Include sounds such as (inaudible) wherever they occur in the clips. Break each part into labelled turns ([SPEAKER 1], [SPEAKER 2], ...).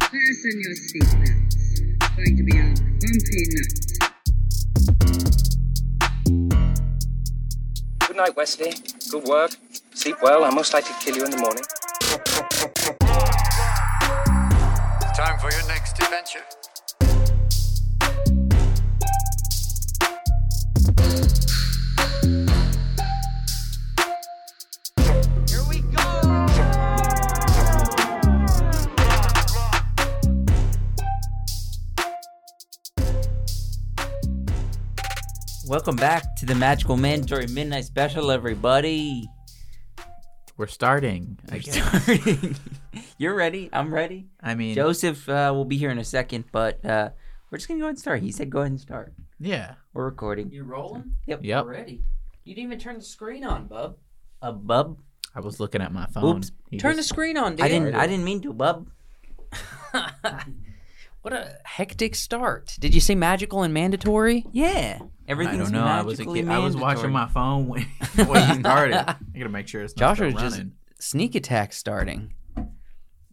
[SPEAKER 1] Fasten your seatbelts. It's going to be a bumpy night.
[SPEAKER 2] Good night, Wesley. Good work. Sleep well. I most likely kill you in the morning.
[SPEAKER 3] Time for your next adventure.
[SPEAKER 4] Welcome back to the Magical Mandatory Midnight Special, everybody.
[SPEAKER 5] We're starting. I guess.
[SPEAKER 4] Starting. (laughs) You're ready. I'm ready.
[SPEAKER 5] I mean,
[SPEAKER 4] Joseph uh, will be here in a second, but uh, we're just gonna go ahead and start. He said, "Go ahead and start."
[SPEAKER 5] yeah.
[SPEAKER 4] We're recording.
[SPEAKER 6] You're rolling?
[SPEAKER 5] Yep.
[SPEAKER 6] Already? You didn't even turn the screen on, bub.
[SPEAKER 4] A bub?
[SPEAKER 5] I was looking at my phone.
[SPEAKER 4] Oops.
[SPEAKER 5] He
[SPEAKER 6] Turn the
[SPEAKER 5] just-
[SPEAKER 6] screen on, dude.
[SPEAKER 4] I didn't. I didn't mean to bub.
[SPEAKER 6] what a hectic start. Did you see magical and mandatory?
[SPEAKER 4] Yeah.
[SPEAKER 5] I
[SPEAKER 4] Everything's
[SPEAKER 5] don't know. I was a
[SPEAKER 4] magically
[SPEAKER 5] kid. I was
[SPEAKER 4] mandatory.
[SPEAKER 5] watching my phone when, (laughs) when you started. I gotta make sure it's not
[SPEAKER 6] Josh was
[SPEAKER 5] still
[SPEAKER 6] just
[SPEAKER 5] running.
[SPEAKER 6] sneak attack starting.
[SPEAKER 4] I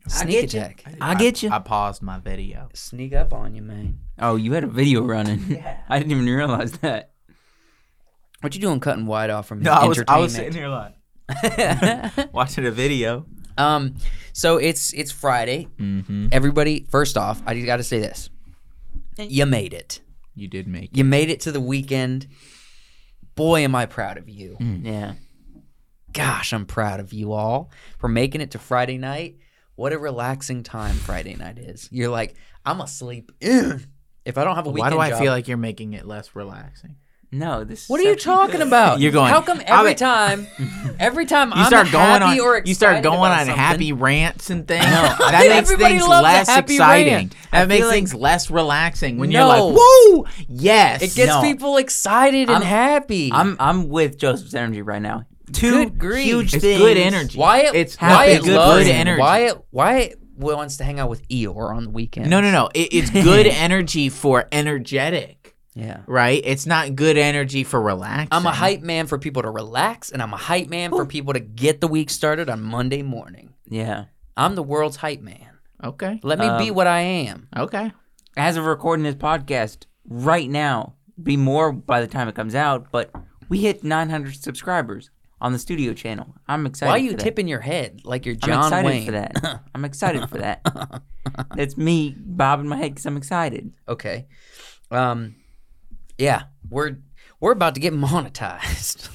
[SPEAKER 6] Sneak
[SPEAKER 4] get you.
[SPEAKER 6] attack.
[SPEAKER 4] I get you.
[SPEAKER 5] I paused my video.
[SPEAKER 6] Sneak up on you, man.
[SPEAKER 4] Oh, you had a video running. (laughs) I didn't even realize that.
[SPEAKER 6] What you doing cutting wide off from
[SPEAKER 5] No, I was. I was sitting
[SPEAKER 6] entertainment?
[SPEAKER 5] here like (laughs) watching a video.
[SPEAKER 6] um, so it's it's Friday.
[SPEAKER 5] Mm-hmm.
[SPEAKER 6] Everybody, first off, I just got to say this: you made it.
[SPEAKER 5] You did make.
[SPEAKER 6] You made it to the weekend. Boy, am I proud of you.
[SPEAKER 4] Yeah.
[SPEAKER 6] gosh, I'm proud of you all for making it to Friday night. What a relaxing time Friday night is. You're like, I'm asleep. (clears throat) If I don't have a
[SPEAKER 5] Why
[SPEAKER 6] weekend
[SPEAKER 5] do I
[SPEAKER 6] job-
[SPEAKER 5] feel like you're making it less relaxing?
[SPEAKER 4] No. This.
[SPEAKER 6] What
[SPEAKER 4] is
[SPEAKER 6] are you
[SPEAKER 4] actually
[SPEAKER 6] talking
[SPEAKER 4] good.
[SPEAKER 5] (laughs)
[SPEAKER 6] about?
[SPEAKER 5] You're going,
[SPEAKER 6] How come
[SPEAKER 5] "I'm
[SPEAKER 6] every
[SPEAKER 5] a-" (laughs)
[SPEAKER 6] time, every time
[SPEAKER 5] You
[SPEAKER 6] I'm
[SPEAKER 5] start going
[SPEAKER 6] happy
[SPEAKER 5] on.
[SPEAKER 6] or excited
[SPEAKER 5] you start going
[SPEAKER 6] about
[SPEAKER 5] on
[SPEAKER 6] something-
[SPEAKER 5] happy rants and things. that makes
[SPEAKER 6] Everybody
[SPEAKER 5] things
[SPEAKER 6] loves a
[SPEAKER 5] less
[SPEAKER 6] happy
[SPEAKER 5] exciting.
[SPEAKER 6] rant.
[SPEAKER 5] That makes
[SPEAKER 4] feel like-
[SPEAKER 5] things less relaxing when you're
[SPEAKER 6] No.
[SPEAKER 5] like, "Woo, yes."
[SPEAKER 6] It gets
[SPEAKER 4] No.
[SPEAKER 6] people excited
[SPEAKER 4] I'm-
[SPEAKER 6] and happy.
[SPEAKER 4] I'm. I'm with Joseph's energy right now. Two
[SPEAKER 6] Good grief.
[SPEAKER 4] huge
[SPEAKER 5] It's
[SPEAKER 4] things.
[SPEAKER 5] good energy.
[SPEAKER 6] Wyatt.
[SPEAKER 5] It's
[SPEAKER 6] Wyatt
[SPEAKER 5] happy, good
[SPEAKER 6] loves
[SPEAKER 5] good energy.
[SPEAKER 6] Wyatt. Wyatt wants to hang out with Eeyore on the weekend.
[SPEAKER 5] No, no, no. It, it's
[SPEAKER 6] (laughs)
[SPEAKER 5] good energy for energetic,
[SPEAKER 6] Yeah.
[SPEAKER 5] right? It's not good energy for relaxing.
[SPEAKER 6] I'm a hype man for people to relax, and I'm a hype man for people to get the week started on Monday morning.
[SPEAKER 4] Yeah.
[SPEAKER 6] I'm the world's hype man.
[SPEAKER 5] Okay.
[SPEAKER 6] Let me be
[SPEAKER 4] Um,
[SPEAKER 6] what I am.
[SPEAKER 5] Okay.
[SPEAKER 4] as of recording this podcast right now, be more by the time it comes out, but we hit 900 subscribers on the studio channel. I'm excited.
[SPEAKER 6] Why are you
[SPEAKER 4] for that.
[SPEAKER 6] tipping your head like you're
[SPEAKER 4] I'm
[SPEAKER 6] John
[SPEAKER 4] excited
[SPEAKER 6] Wayne?
[SPEAKER 4] for (laughs) that. I'm excited for that. That's me bobbing my head because I'm excited.
[SPEAKER 6] Okay. Um, yeah, we're we're about to get (laughs) monetized.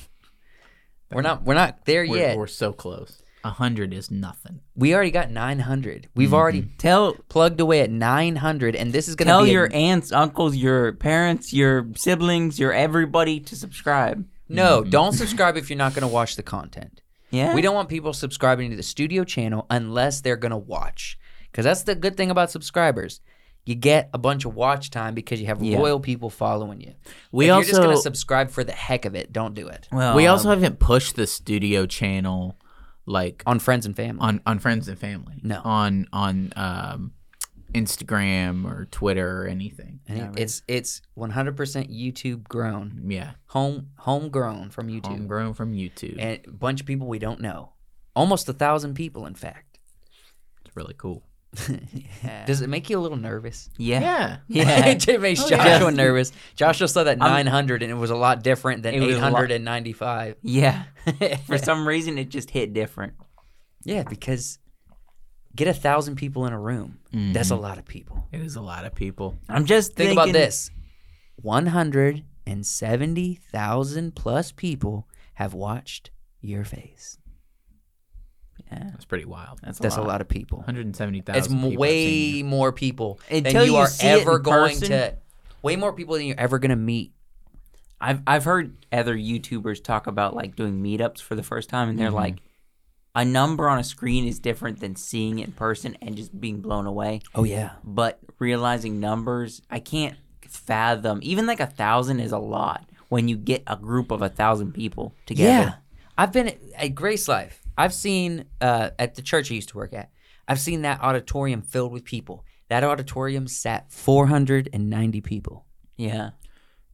[SPEAKER 6] (laughs) we're not we're not there
[SPEAKER 5] We're,
[SPEAKER 6] yet.
[SPEAKER 5] we're so close. A hundred is nothing.
[SPEAKER 6] we already got 900. We've
[SPEAKER 4] Mm-hmm.
[SPEAKER 6] already
[SPEAKER 4] Tell
[SPEAKER 6] plugged away at 900, and this is gonna
[SPEAKER 4] tell
[SPEAKER 6] be a-
[SPEAKER 4] your aunts, uncles, your parents, your siblings, your everybody to subscribe.
[SPEAKER 6] no.
[SPEAKER 4] Mm-hmm.
[SPEAKER 6] Don't subscribe if you're not gonna watch the content.
[SPEAKER 4] Yeah,
[SPEAKER 6] We don't want people subscribing to the studio channel unless they're going to watch. Because that's the good thing about subscribers. You get a bunch of watch time because you have
[SPEAKER 4] Yeah.
[SPEAKER 6] loyal people following you.
[SPEAKER 5] We
[SPEAKER 6] if
[SPEAKER 5] also
[SPEAKER 6] you're just Um, going to subscribe for the heck of it, don't do it.
[SPEAKER 4] Well,
[SPEAKER 5] we also haven't pushed the studio channel like
[SPEAKER 6] On friends and family.
[SPEAKER 5] on on friends and family.
[SPEAKER 6] No.
[SPEAKER 5] On on um Instagram or Twitter or anything.
[SPEAKER 6] And it- it's it's 100% YouTube grown.
[SPEAKER 5] Yeah.
[SPEAKER 6] Home homegrown from YouTube.
[SPEAKER 5] Homegrown from YouTube.
[SPEAKER 6] And a bunch of people we don't know. Almost a thousand people, in fact.
[SPEAKER 5] it's really cool.
[SPEAKER 6] Does it make you a little (laughs) nervous?
[SPEAKER 4] yeah,
[SPEAKER 5] Yeah.
[SPEAKER 4] yeah.
[SPEAKER 6] (laughs) it makes
[SPEAKER 5] Oh, yeah.
[SPEAKER 6] Joshua nervous. Joshua saw that 900 and it was a lot different than
[SPEAKER 4] It was a lot-
[SPEAKER 6] 895.
[SPEAKER 4] (laughs) (laughs) yeah.
[SPEAKER 6] (laughs)
[SPEAKER 4] For some reason, it just hit different.
[SPEAKER 6] Yeah, because get a thousand people in a room. That's a lot of people.
[SPEAKER 5] It is a lot of people.
[SPEAKER 4] I'm just
[SPEAKER 6] Mm-hmm. Think
[SPEAKER 4] thinking,
[SPEAKER 6] about this 170,000 plus people have watched your face.
[SPEAKER 4] Yeah,
[SPEAKER 5] That's pretty wild.
[SPEAKER 4] that's
[SPEAKER 6] That's a lot of people.
[SPEAKER 5] 170,000
[SPEAKER 6] It's
[SPEAKER 5] people
[SPEAKER 6] m-
[SPEAKER 5] have seen
[SPEAKER 6] way
[SPEAKER 5] you.
[SPEAKER 6] more people
[SPEAKER 4] Until
[SPEAKER 6] than you
[SPEAKER 4] you
[SPEAKER 6] are
[SPEAKER 4] see it
[SPEAKER 6] ever
[SPEAKER 4] in
[SPEAKER 6] going
[SPEAKER 4] person-
[SPEAKER 6] to. Way more people than you're ever going to meet.
[SPEAKER 4] I've I've heard other YouTubers talk about like doing meetups for the first time, and they're like, a number on a screen is different than seeing it in person and just being blown away.
[SPEAKER 6] Oh, yeah.
[SPEAKER 4] But realizing numbers, I can't fathom. Even like a thousand is a lot when you get a group of a thousand people together.
[SPEAKER 6] Yeah. I've been at, at Grace Life. I've seen uh, at the church I used to work at. I've seen that auditorium filled with people. That auditorium sat 490 people.
[SPEAKER 4] Yeah, yeah,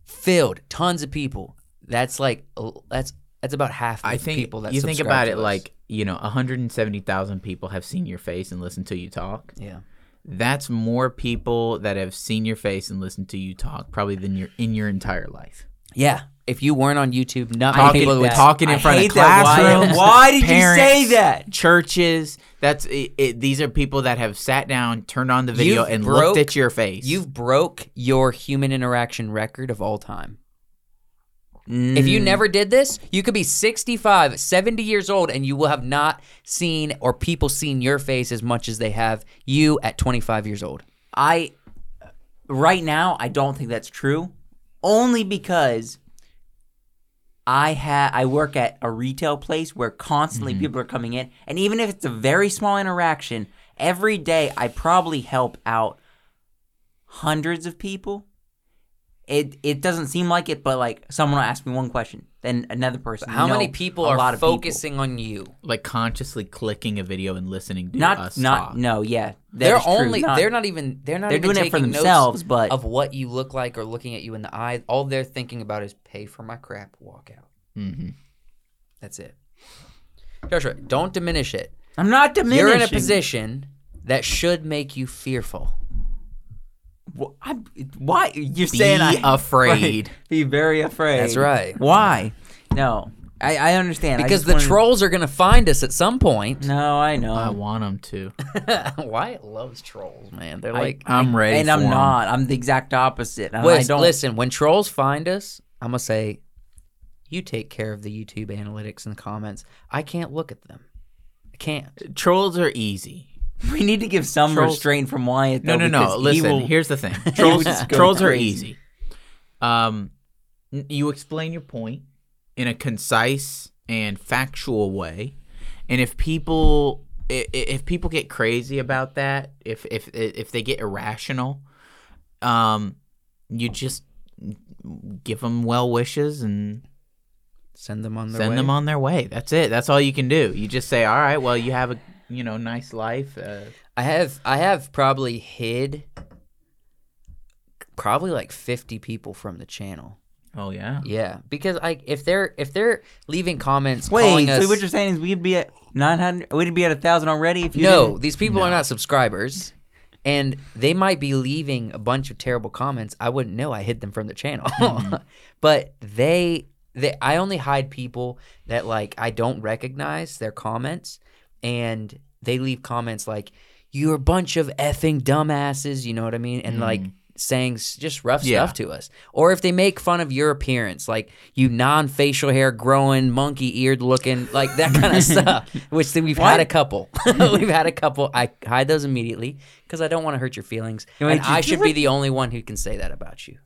[SPEAKER 6] Filled, tons of people. That's like l- that's that's about half of
[SPEAKER 5] I
[SPEAKER 6] the
[SPEAKER 5] think
[SPEAKER 6] people that
[SPEAKER 5] you think about
[SPEAKER 6] subscribe to
[SPEAKER 5] it
[SPEAKER 6] us.
[SPEAKER 5] like you know, 170,000 people have seen your face and listened to you talk.
[SPEAKER 6] yeah.
[SPEAKER 5] that's more people that have seen your face and listened to you talk probably than your in your entire life.
[SPEAKER 6] Yeah. If you weren't on YouTube, not many
[SPEAKER 5] Talking,
[SPEAKER 6] people would
[SPEAKER 5] talking in
[SPEAKER 4] I
[SPEAKER 5] front
[SPEAKER 4] hate
[SPEAKER 5] of
[SPEAKER 4] that. Why-
[SPEAKER 5] classrooms.
[SPEAKER 4] (laughs) why did you say
[SPEAKER 5] parents,
[SPEAKER 4] that?
[SPEAKER 5] Churches. That's it, it, these are people that have sat down, turned on the video,
[SPEAKER 6] You've
[SPEAKER 5] and
[SPEAKER 6] broke-
[SPEAKER 5] looked at your face.
[SPEAKER 6] You've broke your human interaction record of all time. If
[SPEAKER 4] Mm.
[SPEAKER 6] you never did this, you could be 65, 70 years old, and you will have not seen or people seen your face as much as they have you at 25 years old.
[SPEAKER 4] I right now I don't think that's true, only because I ha I work at a retail place where constantly
[SPEAKER 6] Mm-hmm.
[SPEAKER 4] people are coming in, and even if it's a very small interaction, every day I probably help out hundreds of people. It it doesn't seem like it, but like someone will ask me one question, then another person.
[SPEAKER 6] How
[SPEAKER 4] No,
[SPEAKER 6] many people
[SPEAKER 4] a
[SPEAKER 6] are
[SPEAKER 4] lot of people.
[SPEAKER 6] focusing on you?
[SPEAKER 5] like consciously clicking a video and listening to
[SPEAKER 4] Not
[SPEAKER 5] us
[SPEAKER 4] not
[SPEAKER 5] talk.
[SPEAKER 4] no yeah. that
[SPEAKER 6] they're
[SPEAKER 4] is true,
[SPEAKER 6] only they're not even they're not
[SPEAKER 4] They're
[SPEAKER 6] even
[SPEAKER 4] doing it for
[SPEAKER 6] taking notes
[SPEAKER 4] themselves, but-
[SPEAKER 6] of what you look like or looking at you in the eye. All they're thinking about is pay for my crap, walk out.
[SPEAKER 4] Mm-hmm.
[SPEAKER 5] Mhm.
[SPEAKER 6] That's it. Joshua, don't diminish it.
[SPEAKER 4] I'm not diminishing.
[SPEAKER 6] You're in a position that should make you fearful.
[SPEAKER 4] Wh- I, why you're saying I, (laughs)
[SPEAKER 5] afraid.
[SPEAKER 4] Right. be very afraid.
[SPEAKER 6] That's right.
[SPEAKER 4] Why? No, I, I understand I
[SPEAKER 6] Because
[SPEAKER 4] just
[SPEAKER 6] the
[SPEAKER 4] wanted-
[SPEAKER 6] trolls are going to find us at some point. (laughs)
[SPEAKER 4] No, I know.
[SPEAKER 5] I want
[SPEAKER 4] (laughs)
[SPEAKER 5] them to.
[SPEAKER 6] Wyatt loves trolls, man. They're
[SPEAKER 4] I-
[SPEAKER 6] like,
[SPEAKER 5] I'm ready.
[SPEAKER 4] and
[SPEAKER 5] for
[SPEAKER 4] I'm
[SPEAKER 5] 'em.
[SPEAKER 4] not. I'm the exact opposite. And I
[SPEAKER 6] Wes,
[SPEAKER 4] don't.
[SPEAKER 6] listen, when trolls find us, I'm going to say, you take care of the YouTube analytics and the comments. I can't look at them. I can't.
[SPEAKER 5] Trolls are easy.
[SPEAKER 4] We need to give some
[SPEAKER 5] Trolls-
[SPEAKER 4] restraint from Wyatt.
[SPEAKER 5] No,
[SPEAKER 4] though,
[SPEAKER 5] no, no.
[SPEAKER 4] because he
[SPEAKER 5] Listen,
[SPEAKER 4] will-
[SPEAKER 5] here's the thing.
[SPEAKER 4] will
[SPEAKER 5] Trolls,
[SPEAKER 4] just go
[SPEAKER 5] trolls are
[SPEAKER 4] crazy.
[SPEAKER 5] easy. Um, n- you explain your point in a concise and factual way, and if people i- i- if people get crazy about that, if if if they get irrational, um, you just give them well wishes and
[SPEAKER 6] Send them on their
[SPEAKER 5] send
[SPEAKER 6] way.
[SPEAKER 5] them on their way. That's it. That's all you can do. You just say, "All right, well, you have a you know nice life." Uh,
[SPEAKER 6] I have I have probably hid probably like 50 people from the channel.
[SPEAKER 5] oh yeah.
[SPEAKER 6] Yeah, because like if they're if they're leaving comments
[SPEAKER 4] Wait.
[SPEAKER 6] calling
[SPEAKER 4] So
[SPEAKER 6] us
[SPEAKER 4] what you're saying is we'd be at 900. We'd be at a thousand already if you.
[SPEAKER 6] No,
[SPEAKER 4] didn't-
[SPEAKER 6] these people are not subscribers. And they might be leaving a bunch of terrible comments. I wouldn't know. I hid them from the channel. (laughs) but they they I only hide people that like I don't recognize their comments and they leave comments like you're a bunch of effing dumbasses, you know what I mean? And like saying s- just rough
[SPEAKER 5] Yeah.
[SPEAKER 6] stuff to us. Or if they make fun of your appearance, like you non-facial hair growing, monkey-eared looking, like that
[SPEAKER 4] (laughs)
[SPEAKER 6] kind of stuff, which we've had a couple. (laughs) we've had a couple. I hide those immediately because I don't want to hurt your feelings.
[SPEAKER 4] Wait,
[SPEAKER 6] and
[SPEAKER 4] did
[SPEAKER 6] I
[SPEAKER 4] you
[SPEAKER 6] should be the only one who can say that about you.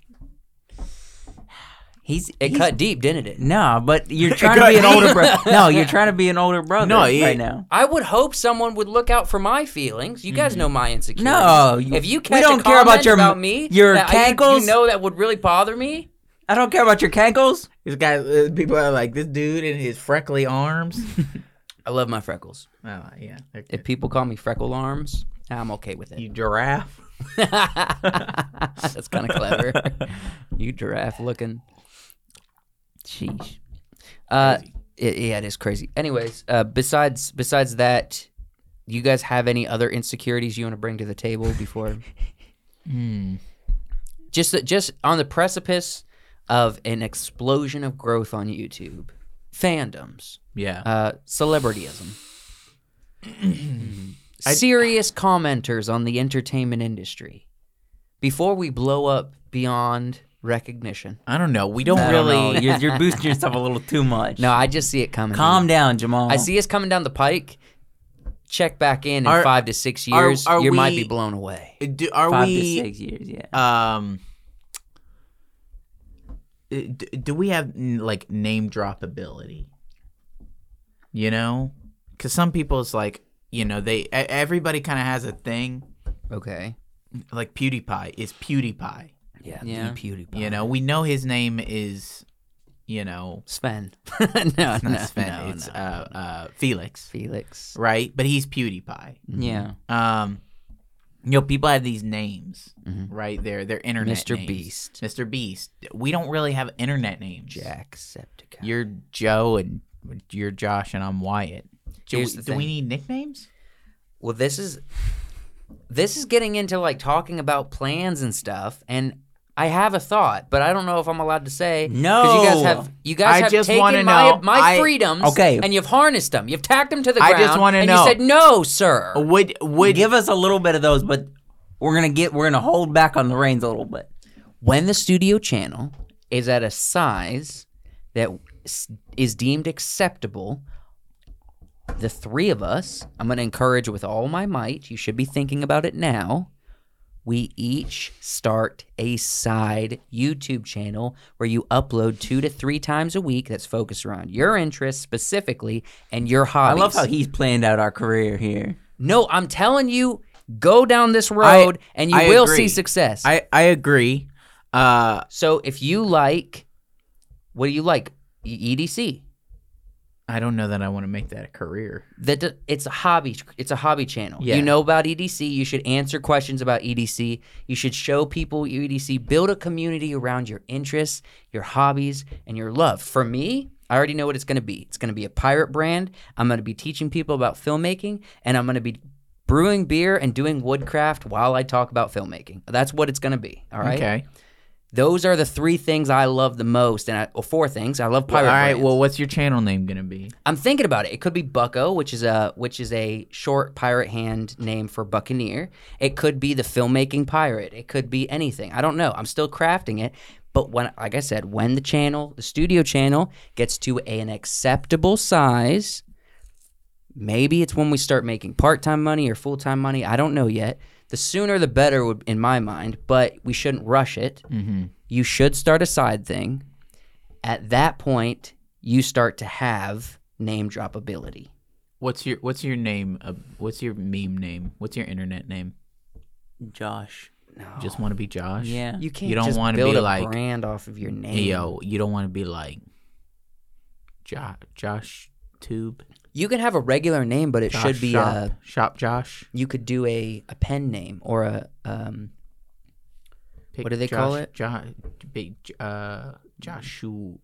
[SPEAKER 4] He's
[SPEAKER 6] It
[SPEAKER 4] he's-
[SPEAKER 6] cut deep, didn't it?
[SPEAKER 4] No, but you're trying to be an older brother. No, you're trying to be an older brother.
[SPEAKER 5] No, he-
[SPEAKER 4] right now.
[SPEAKER 6] I would hope someone would look out for my feelings. You guys know my insecurities.
[SPEAKER 4] Mm-hmm. No, you-
[SPEAKER 6] if you
[SPEAKER 4] we
[SPEAKER 6] catch
[SPEAKER 4] don't
[SPEAKER 6] a
[SPEAKER 4] care about
[SPEAKER 6] comment
[SPEAKER 4] your-
[SPEAKER 6] about me,
[SPEAKER 4] your
[SPEAKER 6] that I- you-
[SPEAKER 4] cankles.
[SPEAKER 6] you know that would really bother me.
[SPEAKER 4] I don't care about your cankles.
[SPEAKER 5] This guy, uh, people are like, this dude and his freckly
[SPEAKER 4] (laughs)
[SPEAKER 5] arms.
[SPEAKER 6] I love my freckles.
[SPEAKER 5] oh, yeah. they're good.
[SPEAKER 6] If people call me freckle arms, I'm okay with it.
[SPEAKER 5] You (laughs) giraffe.
[SPEAKER 6] (laughs) That's kind of clever. you giraffe looking. Sheesh. Uh, it, yeah, it is crazy. Anyways, uh, besides besides that, you guys have any other insecurities you want to bring to the table before? Just just on the precipice of an explosion of growth on YouTube, fandoms,
[SPEAKER 5] Yeah.
[SPEAKER 6] uh, celebrityism. Serious commenters on the entertainment industry. Before we blow up beyond recognition.
[SPEAKER 5] I don't know. We don't
[SPEAKER 4] I don't
[SPEAKER 5] really. (laughs)
[SPEAKER 4] know, You're, you're boosting yourself a little too much.
[SPEAKER 6] No, I just see it coming.
[SPEAKER 4] calm down, Jamal.
[SPEAKER 6] I see us coming down the pike. Check back in in
[SPEAKER 5] Are-
[SPEAKER 6] five to six
[SPEAKER 5] are-
[SPEAKER 6] years.
[SPEAKER 5] are
[SPEAKER 6] you might be
[SPEAKER 5] we-
[SPEAKER 6] blown away.
[SPEAKER 5] Uh, Do, are
[SPEAKER 4] five
[SPEAKER 5] we?
[SPEAKER 4] to six years. Yeah.
[SPEAKER 5] Um. uh, d- Do we have n- like name drop ability? You know, because some people it's like you know they e- everybody kind of has a thing
[SPEAKER 6] Okay.
[SPEAKER 5] like PewDiePie is PewDiePie.
[SPEAKER 6] Yeah. E
[SPEAKER 4] Yeah.
[SPEAKER 6] The PewDiePie.
[SPEAKER 5] You know, we know his name is, you know, (laughs)
[SPEAKER 6] Sven. (laughs) no,
[SPEAKER 5] not
[SPEAKER 6] no,
[SPEAKER 5] Sven,
[SPEAKER 6] no,
[SPEAKER 5] it's
[SPEAKER 6] no.
[SPEAKER 5] uh, uh, Felix,
[SPEAKER 6] Felix.
[SPEAKER 5] right? But he's PewDiePie.
[SPEAKER 4] Yeah.
[SPEAKER 5] Um, you know, people have these names, right? They're they're internet
[SPEAKER 6] Mr.
[SPEAKER 5] names.
[SPEAKER 6] Mm-hmm. Beast.
[SPEAKER 5] Mr. Beast. We don't really have internet names.
[SPEAKER 6] Jacksepticeye.
[SPEAKER 5] You're Joe and you're Josh and I'm Wyatt. Do,
[SPEAKER 6] Here's
[SPEAKER 5] we,
[SPEAKER 6] the
[SPEAKER 5] do we
[SPEAKER 6] thing.
[SPEAKER 5] need nicknames?
[SPEAKER 6] Well, this is this is getting into like talking about plans and stuff, and I have a thought, but I don't know if I'm allowed to say. 'cause you guys
[SPEAKER 4] No.
[SPEAKER 6] have you guys
[SPEAKER 5] I
[SPEAKER 6] have
[SPEAKER 5] just wanna
[SPEAKER 6] taken my
[SPEAKER 5] know,
[SPEAKER 6] my
[SPEAKER 5] I-
[SPEAKER 6] freedoms,
[SPEAKER 4] Okay.
[SPEAKER 6] and you've harnessed them. You've tacked them to the
[SPEAKER 5] I
[SPEAKER 6] ground.
[SPEAKER 5] just wanna
[SPEAKER 6] and
[SPEAKER 5] know.
[SPEAKER 6] You said no, sir.
[SPEAKER 5] Would would
[SPEAKER 4] Give us a little bit of those, but we're gonna get we're gonna hold back on the reins a little bit.
[SPEAKER 6] when the studio channel is at a size that s- is deemed acceptable, the three of us, I'm going to encourage with all my might, you should be thinking about it now. We each start a side YouTube channel where you upload two to three times a week that's focused around your interests specifically and your
[SPEAKER 4] I
[SPEAKER 6] hobbies.
[SPEAKER 4] love how he's planned out our career here.
[SPEAKER 6] no, I'm telling you, go down this road and you
[SPEAKER 5] I
[SPEAKER 6] will
[SPEAKER 5] agree.
[SPEAKER 6] see success.
[SPEAKER 5] I I agree. Uh,
[SPEAKER 6] So if you like, what do you like? E- EDC.
[SPEAKER 5] I don't know that I want to make that a career.
[SPEAKER 6] That d- it's a hobby. It's a hobby channel.
[SPEAKER 5] Yeah.
[SPEAKER 6] You know about EDC. You should answer questions about EDC. You should show people your EDC. Build a community around your interests, your hobbies, and your love. For me, I already know what it's going to be. It's going to be a pirate brand. I'm going to be teaching people about filmmaking, and I'm going to be brewing beer and doing woodcraft while I talk about filmmaking. That's what it's going to be. All right.
[SPEAKER 5] Okay.
[SPEAKER 6] Those are the three things I love the most, and I, well, four things I love.
[SPEAKER 5] All
[SPEAKER 6] Pirate
[SPEAKER 5] right.
[SPEAKER 6] brands.
[SPEAKER 5] Well, what's your channel name gonna be?
[SPEAKER 6] I'm thinking about it. It could be Bucko, which is a which is a short pirate hand name for buccaneer. It could be the filmmaking pirate. It could be anything. I don't know. I'm still crafting it. But when, like I said, when the channel, the studio channel, gets to an acceptable size, maybe it's when we start making part-time money or full-time money. I don't know yet. The sooner the better, would, in my mind. But we shouldn't rush it. You should start a side thing at that point you start to have name drop ability
[SPEAKER 5] What's your What's your name? Of, what's your meme name? What's your internet name?
[SPEAKER 4] Josh.
[SPEAKER 5] You
[SPEAKER 6] Oh,
[SPEAKER 5] just want to be Josh.
[SPEAKER 4] Yeah.
[SPEAKER 6] you can't
[SPEAKER 5] You don't
[SPEAKER 6] just
[SPEAKER 5] wanna
[SPEAKER 6] build
[SPEAKER 5] be
[SPEAKER 6] a
[SPEAKER 5] like,
[SPEAKER 6] brand off of your name
[SPEAKER 5] Hey, yo, you don't want to be like Josh Josh Tube.
[SPEAKER 6] you can have a regular name but it
[SPEAKER 5] Josh
[SPEAKER 6] should be
[SPEAKER 5] Shop,
[SPEAKER 6] a
[SPEAKER 5] Shop Josh.
[SPEAKER 6] you could do a, a pen name or a um
[SPEAKER 5] Pick
[SPEAKER 6] What do they call
[SPEAKER 5] Josh-
[SPEAKER 6] it?
[SPEAKER 5] Josh Big uh Joshua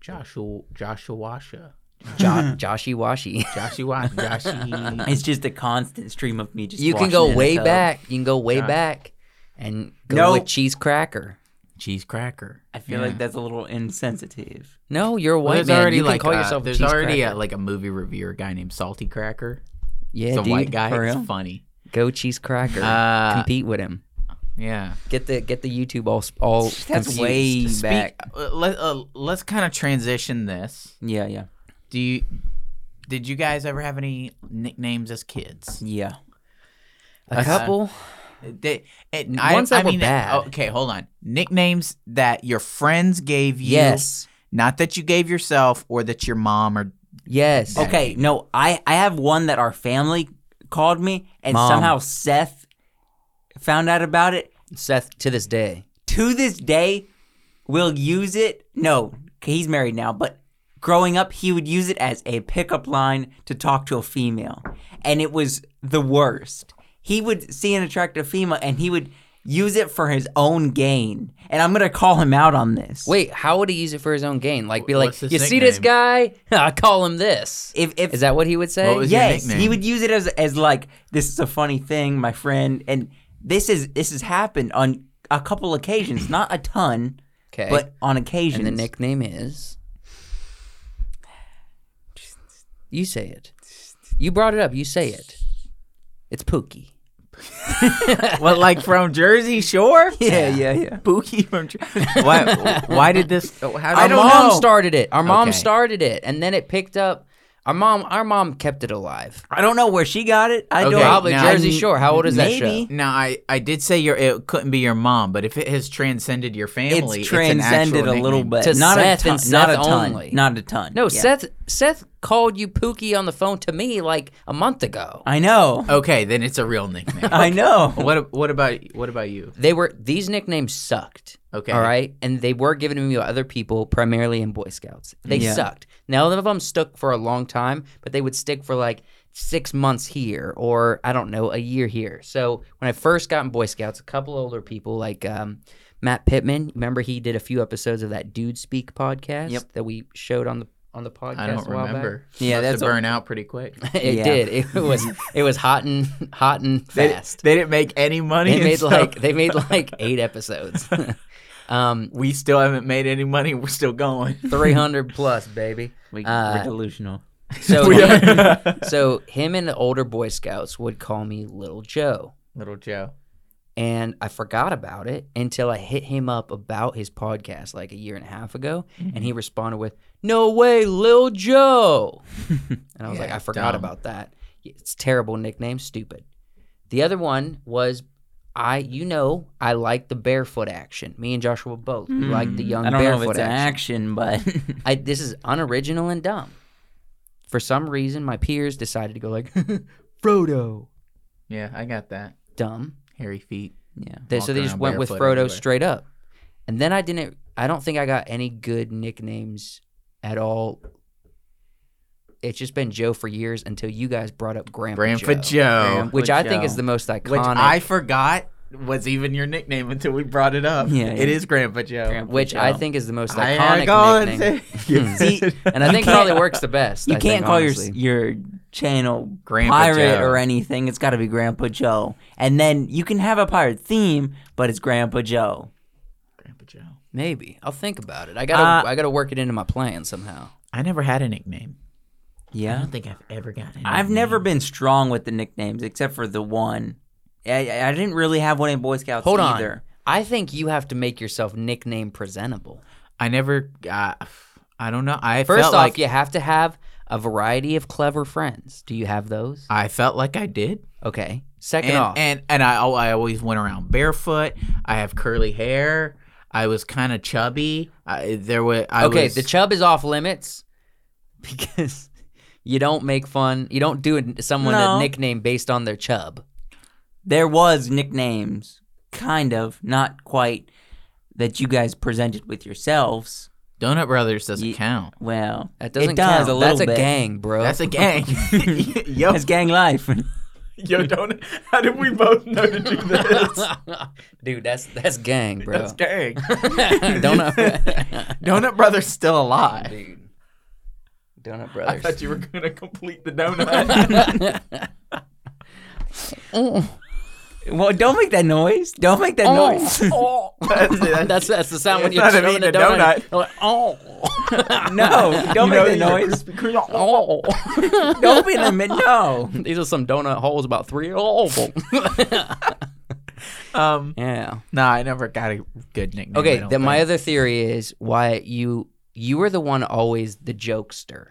[SPEAKER 5] Joshua Joshuasha. (laughs)
[SPEAKER 6] jo- joshy washy
[SPEAKER 5] Joshua Joshi
[SPEAKER 4] It's just a constant stream of me just.
[SPEAKER 6] (laughs) you can
[SPEAKER 4] watching
[SPEAKER 6] go
[SPEAKER 4] the
[SPEAKER 6] way
[SPEAKER 4] NFL.
[SPEAKER 6] back you can go way
[SPEAKER 5] Yeah.
[SPEAKER 6] back and go
[SPEAKER 4] No.
[SPEAKER 6] with cheese cracker
[SPEAKER 5] (laughs) Cheese Cracker.
[SPEAKER 4] I feel
[SPEAKER 5] Yeah.
[SPEAKER 4] like that's a little insensitive.
[SPEAKER 6] no you're a
[SPEAKER 5] Well,
[SPEAKER 6] white
[SPEAKER 5] there's
[SPEAKER 6] man
[SPEAKER 5] already
[SPEAKER 6] you can
[SPEAKER 5] like
[SPEAKER 6] call
[SPEAKER 5] a-
[SPEAKER 6] yourself a
[SPEAKER 5] there's
[SPEAKER 6] cheese
[SPEAKER 5] already
[SPEAKER 6] cracker.
[SPEAKER 5] a, like a movie reviewer guy named Salty Cracker.
[SPEAKER 6] yeah
[SPEAKER 5] It's a
[SPEAKER 6] dude
[SPEAKER 5] white guy.
[SPEAKER 4] for real?
[SPEAKER 5] It's funny.
[SPEAKER 6] go cheese cracker
[SPEAKER 5] Uh,
[SPEAKER 6] compete with him
[SPEAKER 5] Yeah.
[SPEAKER 6] get the get the youtube all s- all
[SPEAKER 4] That's
[SPEAKER 6] confused.
[SPEAKER 4] way
[SPEAKER 5] Speak-
[SPEAKER 4] back.
[SPEAKER 5] uh, let, uh, let's kind of transition this.
[SPEAKER 4] Yeah, yeah,
[SPEAKER 5] Do you did you guys ever have any nicknames as kids?
[SPEAKER 4] yeah.
[SPEAKER 6] a couple
[SPEAKER 5] They, it,
[SPEAKER 6] Ones that were bad.
[SPEAKER 5] Okay, hold on. Nicknames that your friends gave you.
[SPEAKER 6] yes
[SPEAKER 5] Not that you gave yourself or that your mom or
[SPEAKER 6] yes
[SPEAKER 4] Okay, no, I I have one that our family called me, and
[SPEAKER 6] Mom.
[SPEAKER 4] somehow Seth found out about it.
[SPEAKER 6] Seth to this day.
[SPEAKER 4] To this day, will use it. No, he's married now, but growing up, he would use it as a pickup line to talk to a female, and it was the worst. He would see an attractive female, and he would use it for his own gain. And I'm gonna call him out on this.
[SPEAKER 6] Wait, how would he use it for his own gain? Like, be
[SPEAKER 5] Wh-
[SPEAKER 6] like,
[SPEAKER 5] what's
[SPEAKER 6] you
[SPEAKER 5] his
[SPEAKER 6] see this guy? (laughs) I call him this.
[SPEAKER 4] if if
[SPEAKER 6] Is that what he would say?
[SPEAKER 5] What was- your
[SPEAKER 4] yes, he
[SPEAKER 5] nickname?
[SPEAKER 4] would use it as as like this is a funny thing, my friend, and this is this has happened on a couple occasions, not a ton,
[SPEAKER 6] okay.
[SPEAKER 4] but on
[SPEAKER 6] and
[SPEAKER 4] occasions.
[SPEAKER 6] the nickname is. You say it. You brought it up. You say it. It's Pookie.
[SPEAKER 5] what, like from Jersey Shore?
[SPEAKER 4] (laughs) yeah, yeah, yeah.
[SPEAKER 5] Pookie (laughs) from Jersey. why? Why did this? oh, How did
[SPEAKER 6] Our
[SPEAKER 5] I don't
[SPEAKER 6] mom
[SPEAKER 5] know.
[SPEAKER 6] started it. Our mom
[SPEAKER 5] Okay.
[SPEAKER 6] started it, and then it picked up. Our mom, our mom kept it alive.
[SPEAKER 4] I don't know where she got it. I
[SPEAKER 5] Okay,
[SPEAKER 4] don't.
[SPEAKER 6] Probably
[SPEAKER 5] now-
[SPEAKER 6] Jersey Shore. How old is that
[SPEAKER 4] Maybe.
[SPEAKER 6] show?
[SPEAKER 5] Now I, I did say your it couldn't be your mom, but if it has transcended your family,
[SPEAKER 4] it's
[SPEAKER 5] an actual
[SPEAKER 4] transcended a little
[SPEAKER 5] nickname.
[SPEAKER 4] bit.
[SPEAKER 6] To
[SPEAKER 4] not
[SPEAKER 6] Seth
[SPEAKER 4] a ton.
[SPEAKER 6] and
[SPEAKER 4] not a
[SPEAKER 6] Seth
[SPEAKER 4] ton.
[SPEAKER 6] only.
[SPEAKER 4] Not a ton.
[SPEAKER 6] No,
[SPEAKER 4] yeah.
[SPEAKER 6] Seth. Seth called you Pookie on the phone to me like a month ago.
[SPEAKER 4] I know.
[SPEAKER 5] Okay, then it's a real nickname.
[SPEAKER 4] (laughs) I
[SPEAKER 6] (laughs)
[SPEAKER 4] know.
[SPEAKER 5] what what about what about you?
[SPEAKER 6] They were these nicknames sucked.
[SPEAKER 5] Okay.
[SPEAKER 6] All right, and they were given to me by other people, primarily in Boy Scouts. They
[SPEAKER 4] Yeah.
[SPEAKER 6] sucked. None of them stuck for a long time, but they would stick for like six months here, or I don't know, a year here. So when I first got in Boy Scouts, a couple older people like um, Matt Pittman. Remember, he did a few episodes of that Dude Speak podcast
[SPEAKER 4] Yep.
[SPEAKER 6] that we showed on the on the podcast?
[SPEAKER 5] I don't
[SPEAKER 6] a while
[SPEAKER 5] remember. Must
[SPEAKER 6] Yeah,
[SPEAKER 5] have
[SPEAKER 6] that's a-
[SPEAKER 5] burn out pretty quick.
[SPEAKER 6] Back? (laughs) It
[SPEAKER 4] Yeah.
[SPEAKER 6] did. It was it was hot and hot and
[SPEAKER 5] They,
[SPEAKER 6] fast.
[SPEAKER 5] they didn't make any money. (laughs)
[SPEAKER 6] They,
[SPEAKER 5] and
[SPEAKER 6] made
[SPEAKER 5] so
[SPEAKER 6] like they made like eight episodes. (laughs) um,
[SPEAKER 5] we still haven't made any money. We're still going. (laughs)
[SPEAKER 6] three
[SPEAKER 4] (laughs)
[SPEAKER 6] hundred plus, baby.
[SPEAKER 4] We,
[SPEAKER 6] Uh,
[SPEAKER 4] we're delusional. (laughs)
[SPEAKER 6] So
[SPEAKER 5] We are-
[SPEAKER 6] so him and the older Boy Scouts would call me Little Joe.
[SPEAKER 5] Little Joe.
[SPEAKER 6] and I forgot about it until I hit him up about his podcast like a year and a half ago,
[SPEAKER 4] Mm-hmm.
[SPEAKER 6] and he responded with "No way,
[SPEAKER 4] (laughs)
[SPEAKER 6] Lil Joe," and I was like,
[SPEAKER 5] Yeah,
[SPEAKER 6] "I forgot
[SPEAKER 5] dumb.
[SPEAKER 6] about that. It's a terrible nickname, stupid." The other one was I, you know, I like the barefoot action. Me and Joshua both we like the young
[SPEAKER 4] hmm. Mm. I don't know if
[SPEAKER 6] barefoot
[SPEAKER 4] it's an
[SPEAKER 6] action.
[SPEAKER 4] action, but (laughs)
[SPEAKER 6] I, this is unoriginal and dumb. For some reason, my peers decided to go like (laughs) Frodo,
[SPEAKER 5] Yeah, I got that.
[SPEAKER 6] dumb.
[SPEAKER 5] Hairy feet.
[SPEAKER 4] yeah.
[SPEAKER 6] They, so
[SPEAKER 5] walking
[SPEAKER 6] they just
[SPEAKER 5] around
[SPEAKER 6] went with
[SPEAKER 5] barefoot
[SPEAKER 6] Frodo
[SPEAKER 5] everywhere.
[SPEAKER 6] straight up. And then I didn't. I don't think I got any good nicknames at all. It's just been Joe for years until you guys brought up Grandpa,
[SPEAKER 5] Grandpa
[SPEAKER 6] Joe,
[SPEAKER 5] Joe.
[SPEAKER 6] which
[SPEAKER 4] Grandpa
[SPEAKER 6] I think
[SPEAKER 4] Joe.
[SPEAKER 6] is the most iconic.
[SPEAKER 5] Which I forgot was even your nickname until we brought it up.
[SPEAKER 4] Yeah,
[SPEAKER 5] It
[SPEAKER 4] yeah.
[SPEAKER 5] is Grandpa Joe.
[SPEAKER 4] Grandpa
[SPEAKER 6] which I
[SPEAKER 4] Joe.
[SPEAKER 6] think is the most
[SPEAKER 5] I
[SPEAKER 6] iconic
[SPEAKER 5] ain't gonna
[SPEAKER 6] nickname.
[SPEAKER 5] take it.
[SPEAKER 4] See,
[SPEAKER 6] And I
[SPEAKER 4] You can't-
[SPEAKER 6] think probably works the best.
[SPEAKER 4] You
[SPEAKER 6] I think,
[SPEAKER 4] can't call your
[SPEAKER 6] honestly.
[SPEAKER 4] your channel
[SPEAKER 5] Grandpa
[SPEAKER 4] pirate
[SPEAKER 5] Joe.
[SPEAKER 4] or anything. It's got to be Grandpa Joe. And then you can have a pirate theme, but it's Grandpa Joe.
[SPEAKER 5] Grandpa Joe.
[SPEAKER 6] maybe. I'll think about it. I gotta.
[SPEAKER 4] Uh,
[SPEAKER 6] I gotta work it into my plan somehow.
[SPEAKER 5] I never had a nickname. I
[SPEAKER 4] Yeah.
[SPEAKER 5] don't think I've ever gotten.
[SPEAKER 4] I've
[SPEAKER 6] Mm-hmm.
[SPEAKER 4] never been strong with the nicknames except for the one. I, I- I didn't really have one in Boy Scouts
[SPEAKER 6] Hold on.
[SPEAKER 4] either.
[SPEAKER 6] I think you have to make yourself nickname presentable.
[SPEAKER 5] I never. Uh, I don't know. I
[SPEAKER 6] First off,
[SPEAKER 5] felt like
[SPEAKER 6] you have to have a variety of clever friends. Do you have those?
[SPEAKER 5] I felt like I did.
[SPEAKER 6] Okay. Second
[SPEAKER 5] and,
[SPEAKER 6] off,
[SPEAKER 5] And and I al- I always went around barefoot. I have curly hair. I was kind of chubby. I, there was I
[SPEAKER 6] okay,
[SPEAKER 5] was-
[SPEAKER 6] the chub is off limits (laughs) because you don't make fun. You don't do it- someone
[SPEAKER 4] No.
[SPEAKER 6] a nickname based on their chub.
[SPEAKER 4] There was nicknames, kind of, not quite, that you guys presented with yourselves.
[SPEAKER 5] Donut Brothers doesn't
[SPEAKER 4] Ye- oh.
[SPEAKER 5] count.
[SPEAKER 4] Well,
[SPEAKER 6] That doesn't
[SPEAKER 4] it does
[SPEAKER 6] count.
[SPEAKER 4] a little
[SPEAKER 6] That's
[SPEAKER 4] bit.
[SPEAKER 6] a gang, bro.
[SPEAKER 5] That's a gang.
[SPEAKER 4] (laughs)
[SPEAKER 5] yo,
[SPEAKER 4] That's gang life. (laughs)
[SPEAKER 5] yo, Donut. How did we both know to do this?
[SPEAKER 6] Dude, that's that's gang, bro.
[SPEAKER 5] (laughs)
[SPEAKER 6] (laughs)
[SPEAKER 5] That's gang. (laughs)
[SPEAKER 6] Donut,
[SPEAKER 5] Donut Brothers still alive.
[SPEAKER 6] dude. Donut
[SPEAKER 5] I
[SPEAKER 6] Brothers.
[SPEAKER 5] thought you were gonna complete the donut. (laughs)
[SPEAKER 4] well, don't make that noise. Don't make that noise.
[SPEAKER 6] (laughs) Oh.
[SPEAKER 5] That's it.
[SPEAKER 6] (laughs) that's that's the sound when
[SPEAKER 5] It's
[SPEAKER 6] you're
[SPEAKER 5] not an
[SPEAKER 6] shoving a
[SPEAKER 5] eating a
[SPEAKER 6] donut.
[SPEAKER 5] donut.
[SPEAKER 6] You're like, oh,
[SPEAKER 4] (laughs)
[SPEAKER 6] (laughs)
[SPEAKER 4] No, don't
[SPEAKER 5] You
[SPEAKER 4] make
[SPEAKER 5] know,
[SPEAKER 4] that
[SPEAKER 5] he's a
[SPEAKER 4] noise.
[SPEAKER 5] Krispy Kreme.
[SPEAKER 4] (laughs)
[SPEAKER 6] oh.
[SPEAKER 4] Don't be in the mid. No.
[SPEAKER 6] These are some donut holes about three. Oh,
[SPEAKER 5] Um,
[SPEAKER 6] (laughs) yeah.
[SPEAKER 5] no, I never got a good nickname. I
[SPEAKER 6] Okay,
[SPEAKER 5] don't
[SPEAKER 6] then my
[SPEAKER 5] think.
[SPEAKER 6] other theory is why you you were the one always the jokester.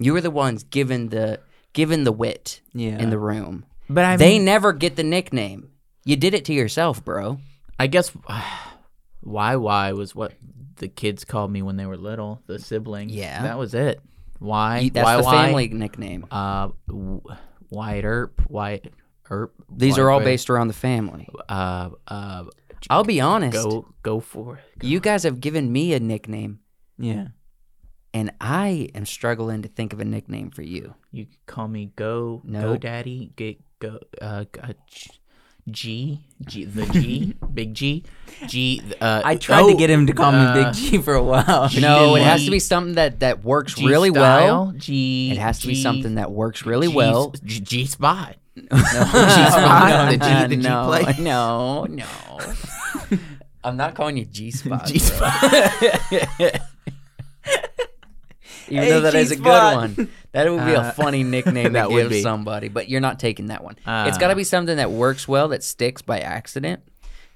[SPEAKER 6] You were the ones given the given the wit
[SPEAKER 4] Yeah.
[SPEAKER 6] in the room.
[SPEAKER 5] But I
[SPEAKER 6] they
[SPEAKER 5] mean,
[SPEAKER 6] never get the nickname. You did it to yourself, bro.
[SPEAKER 5] I guess (sighs) why why was what the kids called me when they were little. The siblings.
[SPEAKER 6] Yeah.
[SPEAKER 5] that was it. Why?
[SPEAKER 6] You- That's
[SPEAKER 5] why,
[SPEAKER 6] the
[SPEAKER 5] why?
[SPEAKER 6] family nickname.
[SPEAKER 5] Uh, w- Wyatt Earp. Wyatt Earp.
[SPEAKER 6] These
[SPEAKER 5] Wyatt
[SPEAKER 6] are all
[SPEAKER 5] Earp,
[SPEAKER 6] based around the family.
[SPEAKER 5] Uh, uh,
[SPEAKER 6] I'll be honest.
[SPEAKER 5] go go for it.
[SPEAKER 6] You guys have given me a nickname,
[SPEAKER 4] Yeah.
[SPEAKER 6] and I am struggling to think of a nickname for you.
[SPEAKER 5] You could call me Go Go
[SPEAKER 6] Nope.
[SPEAKER 5] Daddy. Get Go uh, g- uh, G- G G the
[SPEAKER 6] (laughs)
[SPEAKER 5] G Big G G. Uh,
[SPEAKER 4] I tried to
[SPEAKER 5] oh,
[SPEAKER 4] get him to call me
[SPEAKER 5] uh,
[SPEAKER 4] Big G for a while. (laughs)
[SPEAKER 5] G-
[SPEAKER 6] No, it
[SPEAKER 5] didn't
[SPEAKER 6] has
[SPEAKER 5] like-
[SPEAKER 6] to be something that that works
[SPEAKER 5] G
[SPEAKER 6] really
[SPEAKER 5] style,
[SPEAKER 6] well.
[SPEAKER 5] G.
[SPEAKER 6] It has to be
[SPEAKER 5] G-
[SPEAKER 6] something that works really
[SPEAKER 5] G-
[SPEAKER 6] well.
[SPEAKER 5] G, (laughs) G spot.
[SPEAKER 6] no, (laughs)
[SPEAKER 5] spot, the G, the G
[SPEAKER 6] Uh, no,
[SPEAKER 5] play.
[SPEAKER 6] No, no.
[SPEAKER 5] (laughs)
[SPEAKER 6] I'm not calling you (laughs) G spot.
[SPEAKER 5] G spot.
[SPEAKER 6] Even though
[SPEAKER 4] Hey,
[SPEAKER 6] that is a good
[SPEAKER 4] G-spot.
[SPEAKER 6] one. That would be
[SPEAKER 5] Uh,
[SPEAKER 6] a funny
[SPEAKER 5] (laughs)
[SPEAKER 6] nickname
[SPEAKER 5] that
[SPEAKER 6] to
[SPEAKER 5] would
[SPEAKER 6] give
[SPEAKER 5] be.
[SPEAKER 6] somebody, but you're not taking that one. it's
[SPEAKER 5] Uh.
[SPEAKER 6] got to be something that works well, that sticks by accident,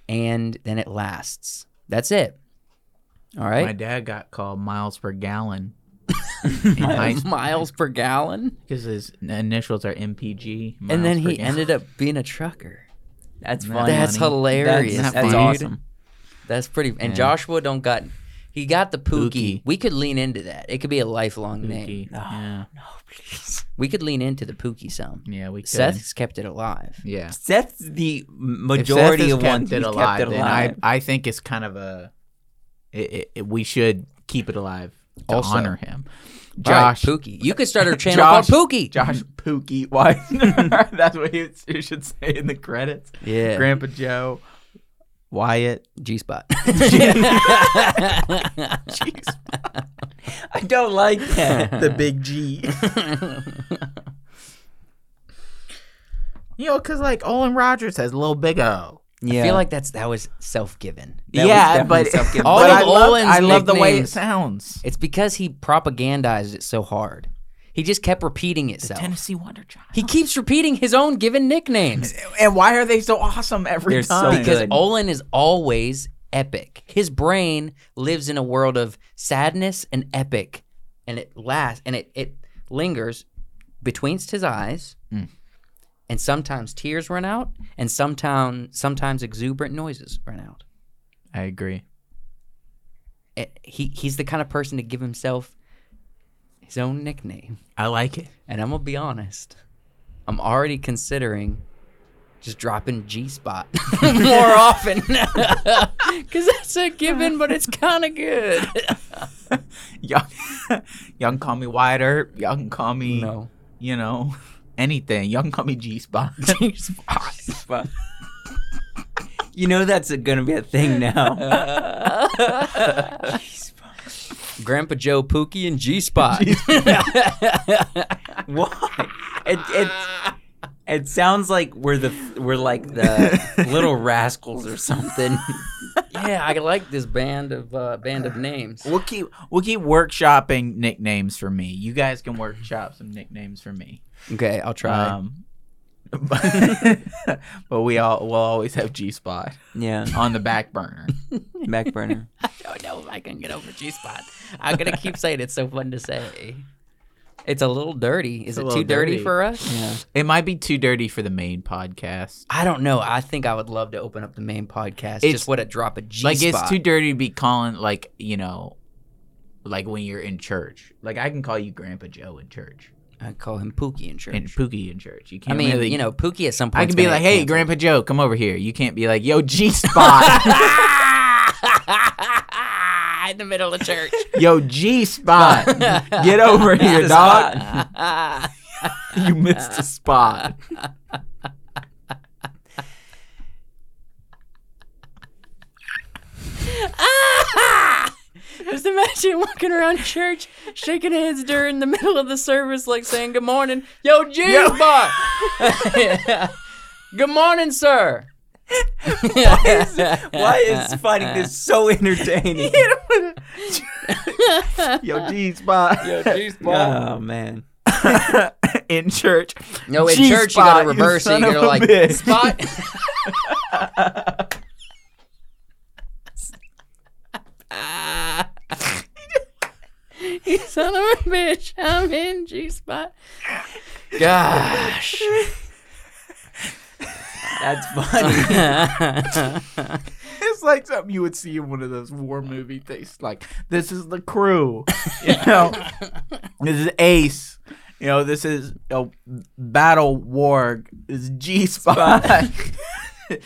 [SPEAKER 6] and then it lasts. That's it. All
[SPEAKER 5] My
[SPEAKER 6] right.
[SPEAKER 5] dad got called miles per gallon in high school
[SPEAKER 6] Miles per gallon,
[SPEAKER 5] because his initials are MPG.
[SPEAKER 6] and then
[SPEAKER 5] miles per
[SPEAKER 6] he
[SPEAKER 5] gallon. (laughs)
[SPEAKER 6] ended up being a trucker.
[SPEAKER 4] That's
[SPEAKER 5] Nah.
[SPEAKER 4] funny.
[SPEAKER 6] That's
[SPEAKER 5] Funny.
[SPEAKER 6] hilarious.
[SPEAKER 4] That's,
[SPEAKER 5] funny.
[SPEAKER 4] that's
[SPEAKER 6] dude.
[SPEAKER 4] awesome.
[SPEAKER 6] That's pretty. And
[SPEAKER 5] Yeah.
[SPEAKER 6] Joshua don't got. He got the pookie.
[SPEAKER 5] Pookie.
[SPEAKER 6] We could lean into that. It could be a lifelong name.
[SPEAKER 5] Pookie. Yeah,
[SPEAKER 6] We could lean into the pookie some.
[SPEAKER 5] yeah, we could.
[SPEAKER 6] Seth's kept it alive.
[SPEAKER 5] yeah.
[SPEAKER 4] Seth's the
[SPEAKER 5] If Seth
[SPEAKER 4] majority
[SPEAKER 5] has
[SPEAKER 4] of ones
[SPEAKER 5] kept it
[SPEAKER 4] who's
[SPEAKER 5] alive.
[SPEAKER 4] kept it
[SPEAKER 5] then
[SPEAKER 4] alive.
[SPEAKER 5] I, I think it's kind of a. It, it, it- we should keep it alive to
[SPEAKER 6] Also-
[SPEAKER 5] honor him.
[SPEAKER 6] All right,
[SPEAKER 5] Josh,
[SPEAKER 6] Pookie. You could
[SPEAKER 5] (laughs)
[SPEAKER 6] start a channel
[SPEAKER 5] Josh-
[SPEAKER 6] called Pookie.
[SPEAKER 5] Josh Pookie (laughs) Why? That's what you should say in the credits.
[SPEAKER 6] Yeah.
[SPEAKER 5] Grandpa Joe, Wyatt. (laughs)
[SPEAKER 6] G (laughs) spot.
[SPEAKER 4] (laughs) I don't like (laughs) that.
[SPEAKER 5] the big (laughs) G. you know, because like Olin Rogers has Lil Big O.
[SPEAKER 4] yeah.
[SPEAKER 6] I feel like that's that was self given.
[SPEAKER 4] That was
[SPEAKER 5] yeah,
[SPEAKER 4] definitely
[SPEAKER 5] but,
[SPEAKER 4] self-given.
[SPEAKER 5] but
[SPEAKER 6] All
[SPEAKER 5] I
[SPEAKER 6] of
[SPEAKER 5] love,
[SPEAKER 6] Olin's
[SPEAKER 5] I love the way it
[SPEAKER 6] nicknames-
[SPEAKER 5] sounds.
[SPEAKER 6] It's because he propagandized it so hard. He just kept repeating itself.
[SPEAKER 5] Tennessee Wonder Child.
[SPEAKER 6] He keeps repeating his own given
[SPEAKER 5] (laughs)
[SPEAKER 6] nicknames
[SPEAKER 5] and why are they so awesome every
[SPEAKER 4] They're so
[SPEAKER 5] time?
[SPEAKER 6] because
[SPEAKER 4] good.
[SPEAKER 6] Olin is always epic. His brain lives in a world of sadness and epic, and it lasts and it, it lingers betweenst his eyes. And sometimes tears run out, and sometimes sometimes exuberant noises run out.
[SPEAKER 5] I agree.
[SPEAKER 6] It, he he's the kind of person to give himself his own nickname.
[SPEAKER 5] I like it.
[SPEAKER 6] And I'm gonna be honest, I'm already considering just dropping G spot (laughs) more often (laughs) because that's a given, but it's kind of good.
[SPEAKER 5] Young, (laughs) young, call me Wyatt Earp. Young, call me
[SPEAKER 6] No.
[SPEAKER 5] you know, anything. Young, call me G Spot. (laughs)
[SPEAKER 4] Fuck. you know that's a, gonna be a thing now. (laughs)
[SPEAKER 6] Grandpa Joe Pookie and G spot.
[SPEAKER 4] what? It, it it sounds like we're the we're like the (laughs) little rascals or something.
[SPEAKER 6] yeah, I like this band of uh, band of names.
[SPEAKER 5] We'll keep we'll keep workshopping nicknames for me. You guys can workshop some nicknames for me.
[SPEAKER 6] Okay, I'll try.
[SPEAKER 5] Um, but, (laughs) but we all will always have G Spot
[SPEAKER 4] Yeah,
[SPEAKER 5] on the back burner.
[SPEAKER 4] back burner. (laughs)
[SPEAKER 6] I don't know if I can get over G spot. I'm gonna keep saying it's so fun to say. It's a little dirty. Is
[SPEAKER 5] a
[SPEAKER 6] it
[SPEAKER 5] little
[SPEAKER 6] too dirty,
[SPEAKER 5] dirty.
[SPEAKER 6] for us?
[SPEAKER 4] Yeah.
[SPEAKER 5] It might be too dirty for the main podcast.
[SPEAKER 6] I don't know. I think I would love to open up the main podcast.
[SPEAKER 5] It's-
[SPEAKER 6] just what a drop of G
[SPEAKER 5] Like it's
[SPEAKER 6] spot.
[SPEAKER 5] too dirty to be calling like you know, like when you're in church. Like I can call you Grandpa Joe in church
[SPEAKER 6] I call him Pookie in church.
[SPEAKER 5] and Pookie in church. You
[SPEAKER 6] I
[SPEAKER 5] can't.
[SPEAKER 6] mean,
[SPEAKER 5] really,
[SPEAKER 6] you know, Pookie at some point.
[SPEAKER 5] I can be like, hey, Grandpa Joe, come over here. You can't be like, yo, G
[SPEAKER 6] (laughs)
[SPEAKER 5] Spot,
[SPEAKER 6] in the middle of (laughs) church.
[SPEAKER 5] yo, G Spot, get over here, dog.
[SPEAKER 6] Ah.
[SPEAKER 5] (laughs) you missed a spot.
[SPEAKER 6] Just imagine walking around church, shaking hands during the middle of the service, like saying, "Good morning, yo, G (laughs) spot." Good morning, sir.
[SPEAKER 4] Why is fighting this so entertaining?
[SPEAKER 5] Yo, G Spot.
[SPEAKER 4] oh man.
[SPEAKER 5] (laughs) in church.
[SPEAKER 6] No, in
[SPEAKER 5] G
[SPEAKER 6] church you gotta
[SPEAKER 5] spot,
[SPEAKER 6] reverse it.
[SPEAKER 5] son
[SPEAKER 6] You
[SPEAKER 5] of
[SPEAKER 6] gotta
[SPEAKER 5] a
[SPEAKER 6] like
[SPEAKER 5] bitch. (laughs)
[SPEAKER 6] spot. you son of a bitch! I'm in G spot. Gosh,
[SPEAKER 4] That's funny.
[SPEAKER 5] (laughs)
[SPEAKER 4] (laughs)
[SPEAKER 5] It's like something you would see in one of those war movie things. Like, this is the crew. You know, this is Ace. You know, this is a battle warg. This is G Spot.
[SPEAKER 6] this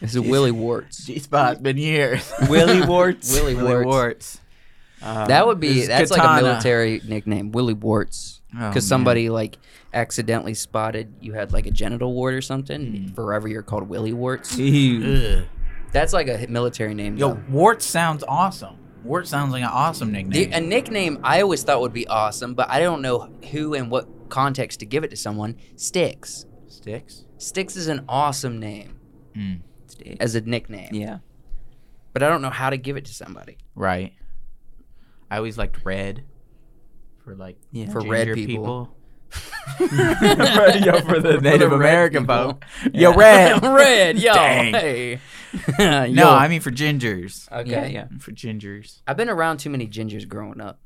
[SPEAKER 6] is Willie Warts.
[SPEAKER 5] (laughs) G Spot's been years.
[SPEAKER 4] Willie
[SPEAKER 5] (laughs)
[SPEAKER 4] Warts.
[SPEAKER 6] Willie
[SPEAKER 5] Willie
[SPEAKER 6] Warts.
[SPEAKER 5] Warts.
[SPEAKER 6] That would be
[SPEAKER 5] This is
[SPEAKER 6] that's like a
[SPEAKER 5] Katana.
[SPEAKER 6] military nickname, Willie Warts,
[SPEAKER 5] Oh, man.
[SPEAKER 6] because somebody like accidentally spotted you had like a genital wart or something.
[SPEAKER 5] Hmm.
[SPEAKER 6] Forever, you're called Willie Warts.
[SPEAKER 4] Ew.
[SPEAKER 5] Ugh.
[SPEAKER 6] That's like a military name.
[SPEAKER 5] Yo,
[SPEAKER 6] though.
[SPEAKER 5] Warts sounds awesome. Warts sounds like an awesome
[SPEAKER 6] The,
[SPEAKER 5] nickname.
[SPEAKER 6] a nickname I always thought would be awesome, but I don't know who and what context to give it to someone. Sticks.
[SPEAKER 5] Sticks?
[SPEAKER 6] Sticks is an awesome name
[SPEAKER 5] Mm.
[SPEAKER 6] as a nickname,
[SPEAKER 4] Yeah.
[SPEAKER 6] but I don't know how to give it to somebody.
[SPEAKER 5] Right. I always liked red for like
[SPEAKER 4] Yeah.
[SPEAKER 6] For red
[SPEAKER 5] ginger (laughs)
[SPEAKER 6] people.
[SPEAKER 5] for, yo, for the (laughs) Native
[SPEAKER 6] red
[SPEAKER 5] American
[SPEAKER 6] people.
[SPEAKER 5] folk. (laughs) Yo, red.
[SPEAKER 6] (laughs) Red, yo.
[SPEAKER 5] Dang.
[SPEAKER 6] Hey.
[SPEAKER 5] No,
[SPEAKER 6] Yo.
[SPEAKER 5] I mean for gingers.
[SPEAKER 6] Okay.
[SPEAKER 4] Yeah. Yeah.
[SPEAKER 5] For gingers.
[SPEAKER 6] I've been around too many gingers growing up,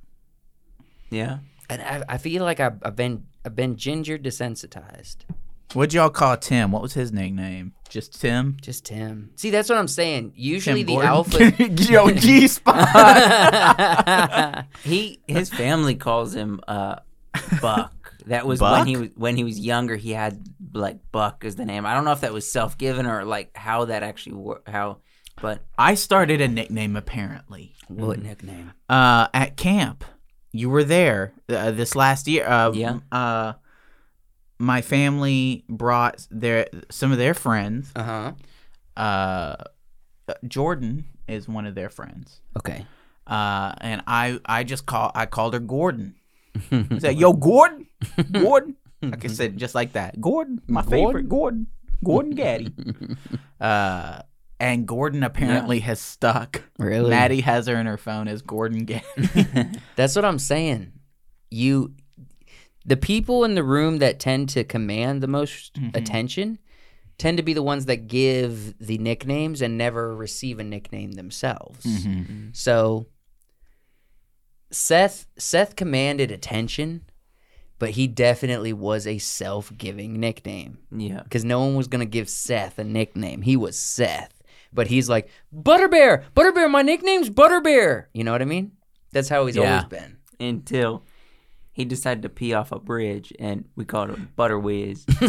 [SPEAKER 4] Yeah.
[SPEAKER 6] and I, I feel like I've, I've been I've been ginger desensitized.
[SPEAKER 5] What'd y'all call Tim? What was his nickname? Just Tim?
[SPEAKER 6] Just Tim. See, that's what I'm saying. Usually
[SPEAKER 5] Tim
[SPEAKER 6] the
[SPEAKER 5] Gordon?
[SPEAKER 6] alpha.
[SPEAKER 5] (laughs) yo, G (laughs) spot.
[SPEAKER 4] He his family calls him uh Buck. That was when
[SPEAKER 5] Buck?
[SPEAKER 4] he was when he was younger. He had like Buck as the name. I don't know if that was self given or like how that actually wor- how, but
[SPEAKER 5] I started a nickname apparently
[SPEAKER 6] what nickname?
[SPEAKER 5] uh, at camp. You were there uh, this last year. Uh,
[SPEAKER 4] Yeah.
[SPEAKER 5] Uh, my
[SPEAKER 6] Uh-huh.
[SPEAKER 5] family brought their some of their friends
[SPEAKER 6] Uh huh.
[SPEAKER 5] uh, uh, Jordan is one of their friends.
[SPEAKER 6] Okay.
[SPEAKER 5] Uh, and I I just call I called her (laughs) Gordon. I said, "Yo, Gordon, Gordon." Like I said, just like that, Gordon, my favorite Gordon, Gordon Gaddy. (laughs) uh, and Gordon apparently has stuck.
[SPEAKER 6] Really?
[SPEAKER 5] Maddie has her in her phone as Gordon Gaddy.
[SPEAKER 6] That's what I'm saying. You, the people in the room that tend to command the most attention tend to be the ones that give the nicknames and never receive a nickname themselves. So Seth Seth commanded attention, but he definitely was a self-giving nickname
[SPEAKER 4] Yeah.
[SPEAKER 6] because no one was gonna give Seth a nickname. He was Seth, but he's like Butterbear, Butterbear. My nickname's Butterbear. You know what I mean? That's how he's
[SPEAKER 5] Yeah.
[SPEAKER 6] always been.
[SPEAKER 4] Until he decided to pee off a bridge and we called him Butter
[SPEAKER 6] (laughs)
[SPEAKER 4] Whiz.
[SPEAKER 5] (laughs)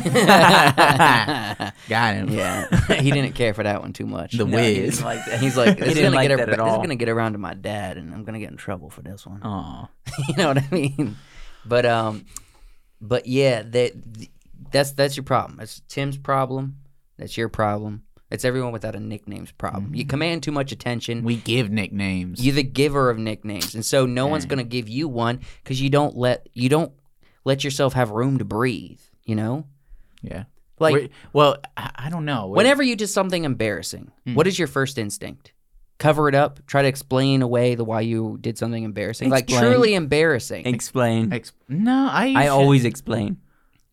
[SPEAKER 5] Got him.
[SPEAKER 6] yeah, (laughs) he didn't care for that one too much.
[SPEAKER 5] The
[SPEAKER 4] No, he
[SPEAKER 5] whiz.
[SPEAKER 4] didn't like that.
[SPEAKER 6] He's like,
[SPEAKER 4] (laughs) He
[SPEAKER 6] this, is
[SPEAKER 4] didn't
[SPEAKER 6] gonna,
[SPEAKER 4] like
[SPEAKER 6] get
[SPEAKER 4] that
[SPEAKER 6] ar-
[SPEAKER 4] at
[SPEAKER 6] this is
[SPEAKER 4] all. Oh.
[SPEAKER 6] gonna get around to my dad, and I'm gonna get in trouble for this one.
[SPEAKER 5] Aw.
[SPEAKER 6] (laughs) you know what I mean? But um, but yeah, that that's that's your problem. That's Tim's problem. That's your problem. It's everyone without a nickname's problem.
[SPEAKER 4] Mm-hmm.
[SPEAKER 6] You command too much attention.
[SPEAKER 5] We give nicknames.
[SPEAKER 6] You're the giver of nicknames, and so no one's gonna give you one because you don't let you don't let yourself have room to breathe. You know,
[SPEAKER 5] yeah.
[SPEAKER 6] like
[SPEAKER 5] We're- well, I, I don't know. We're-
[SPEAKER 6] whenever you do something embarrassing,
[SPEAKER 5] Hmm.
[SPEAKER 6] what is your first instinct? Cover it up. Try to explain away the why you did something embarrassing,
[SPEAKER 4] Explain.
[SPEAKER 6] like truly embarrassing.
[SPEAKER 4] explain.
[SPEAKER 5] Ex- no, I
[SPEAKER 4] I
[SPEAKER 5] usually-
[SPEAKER 4] always explain.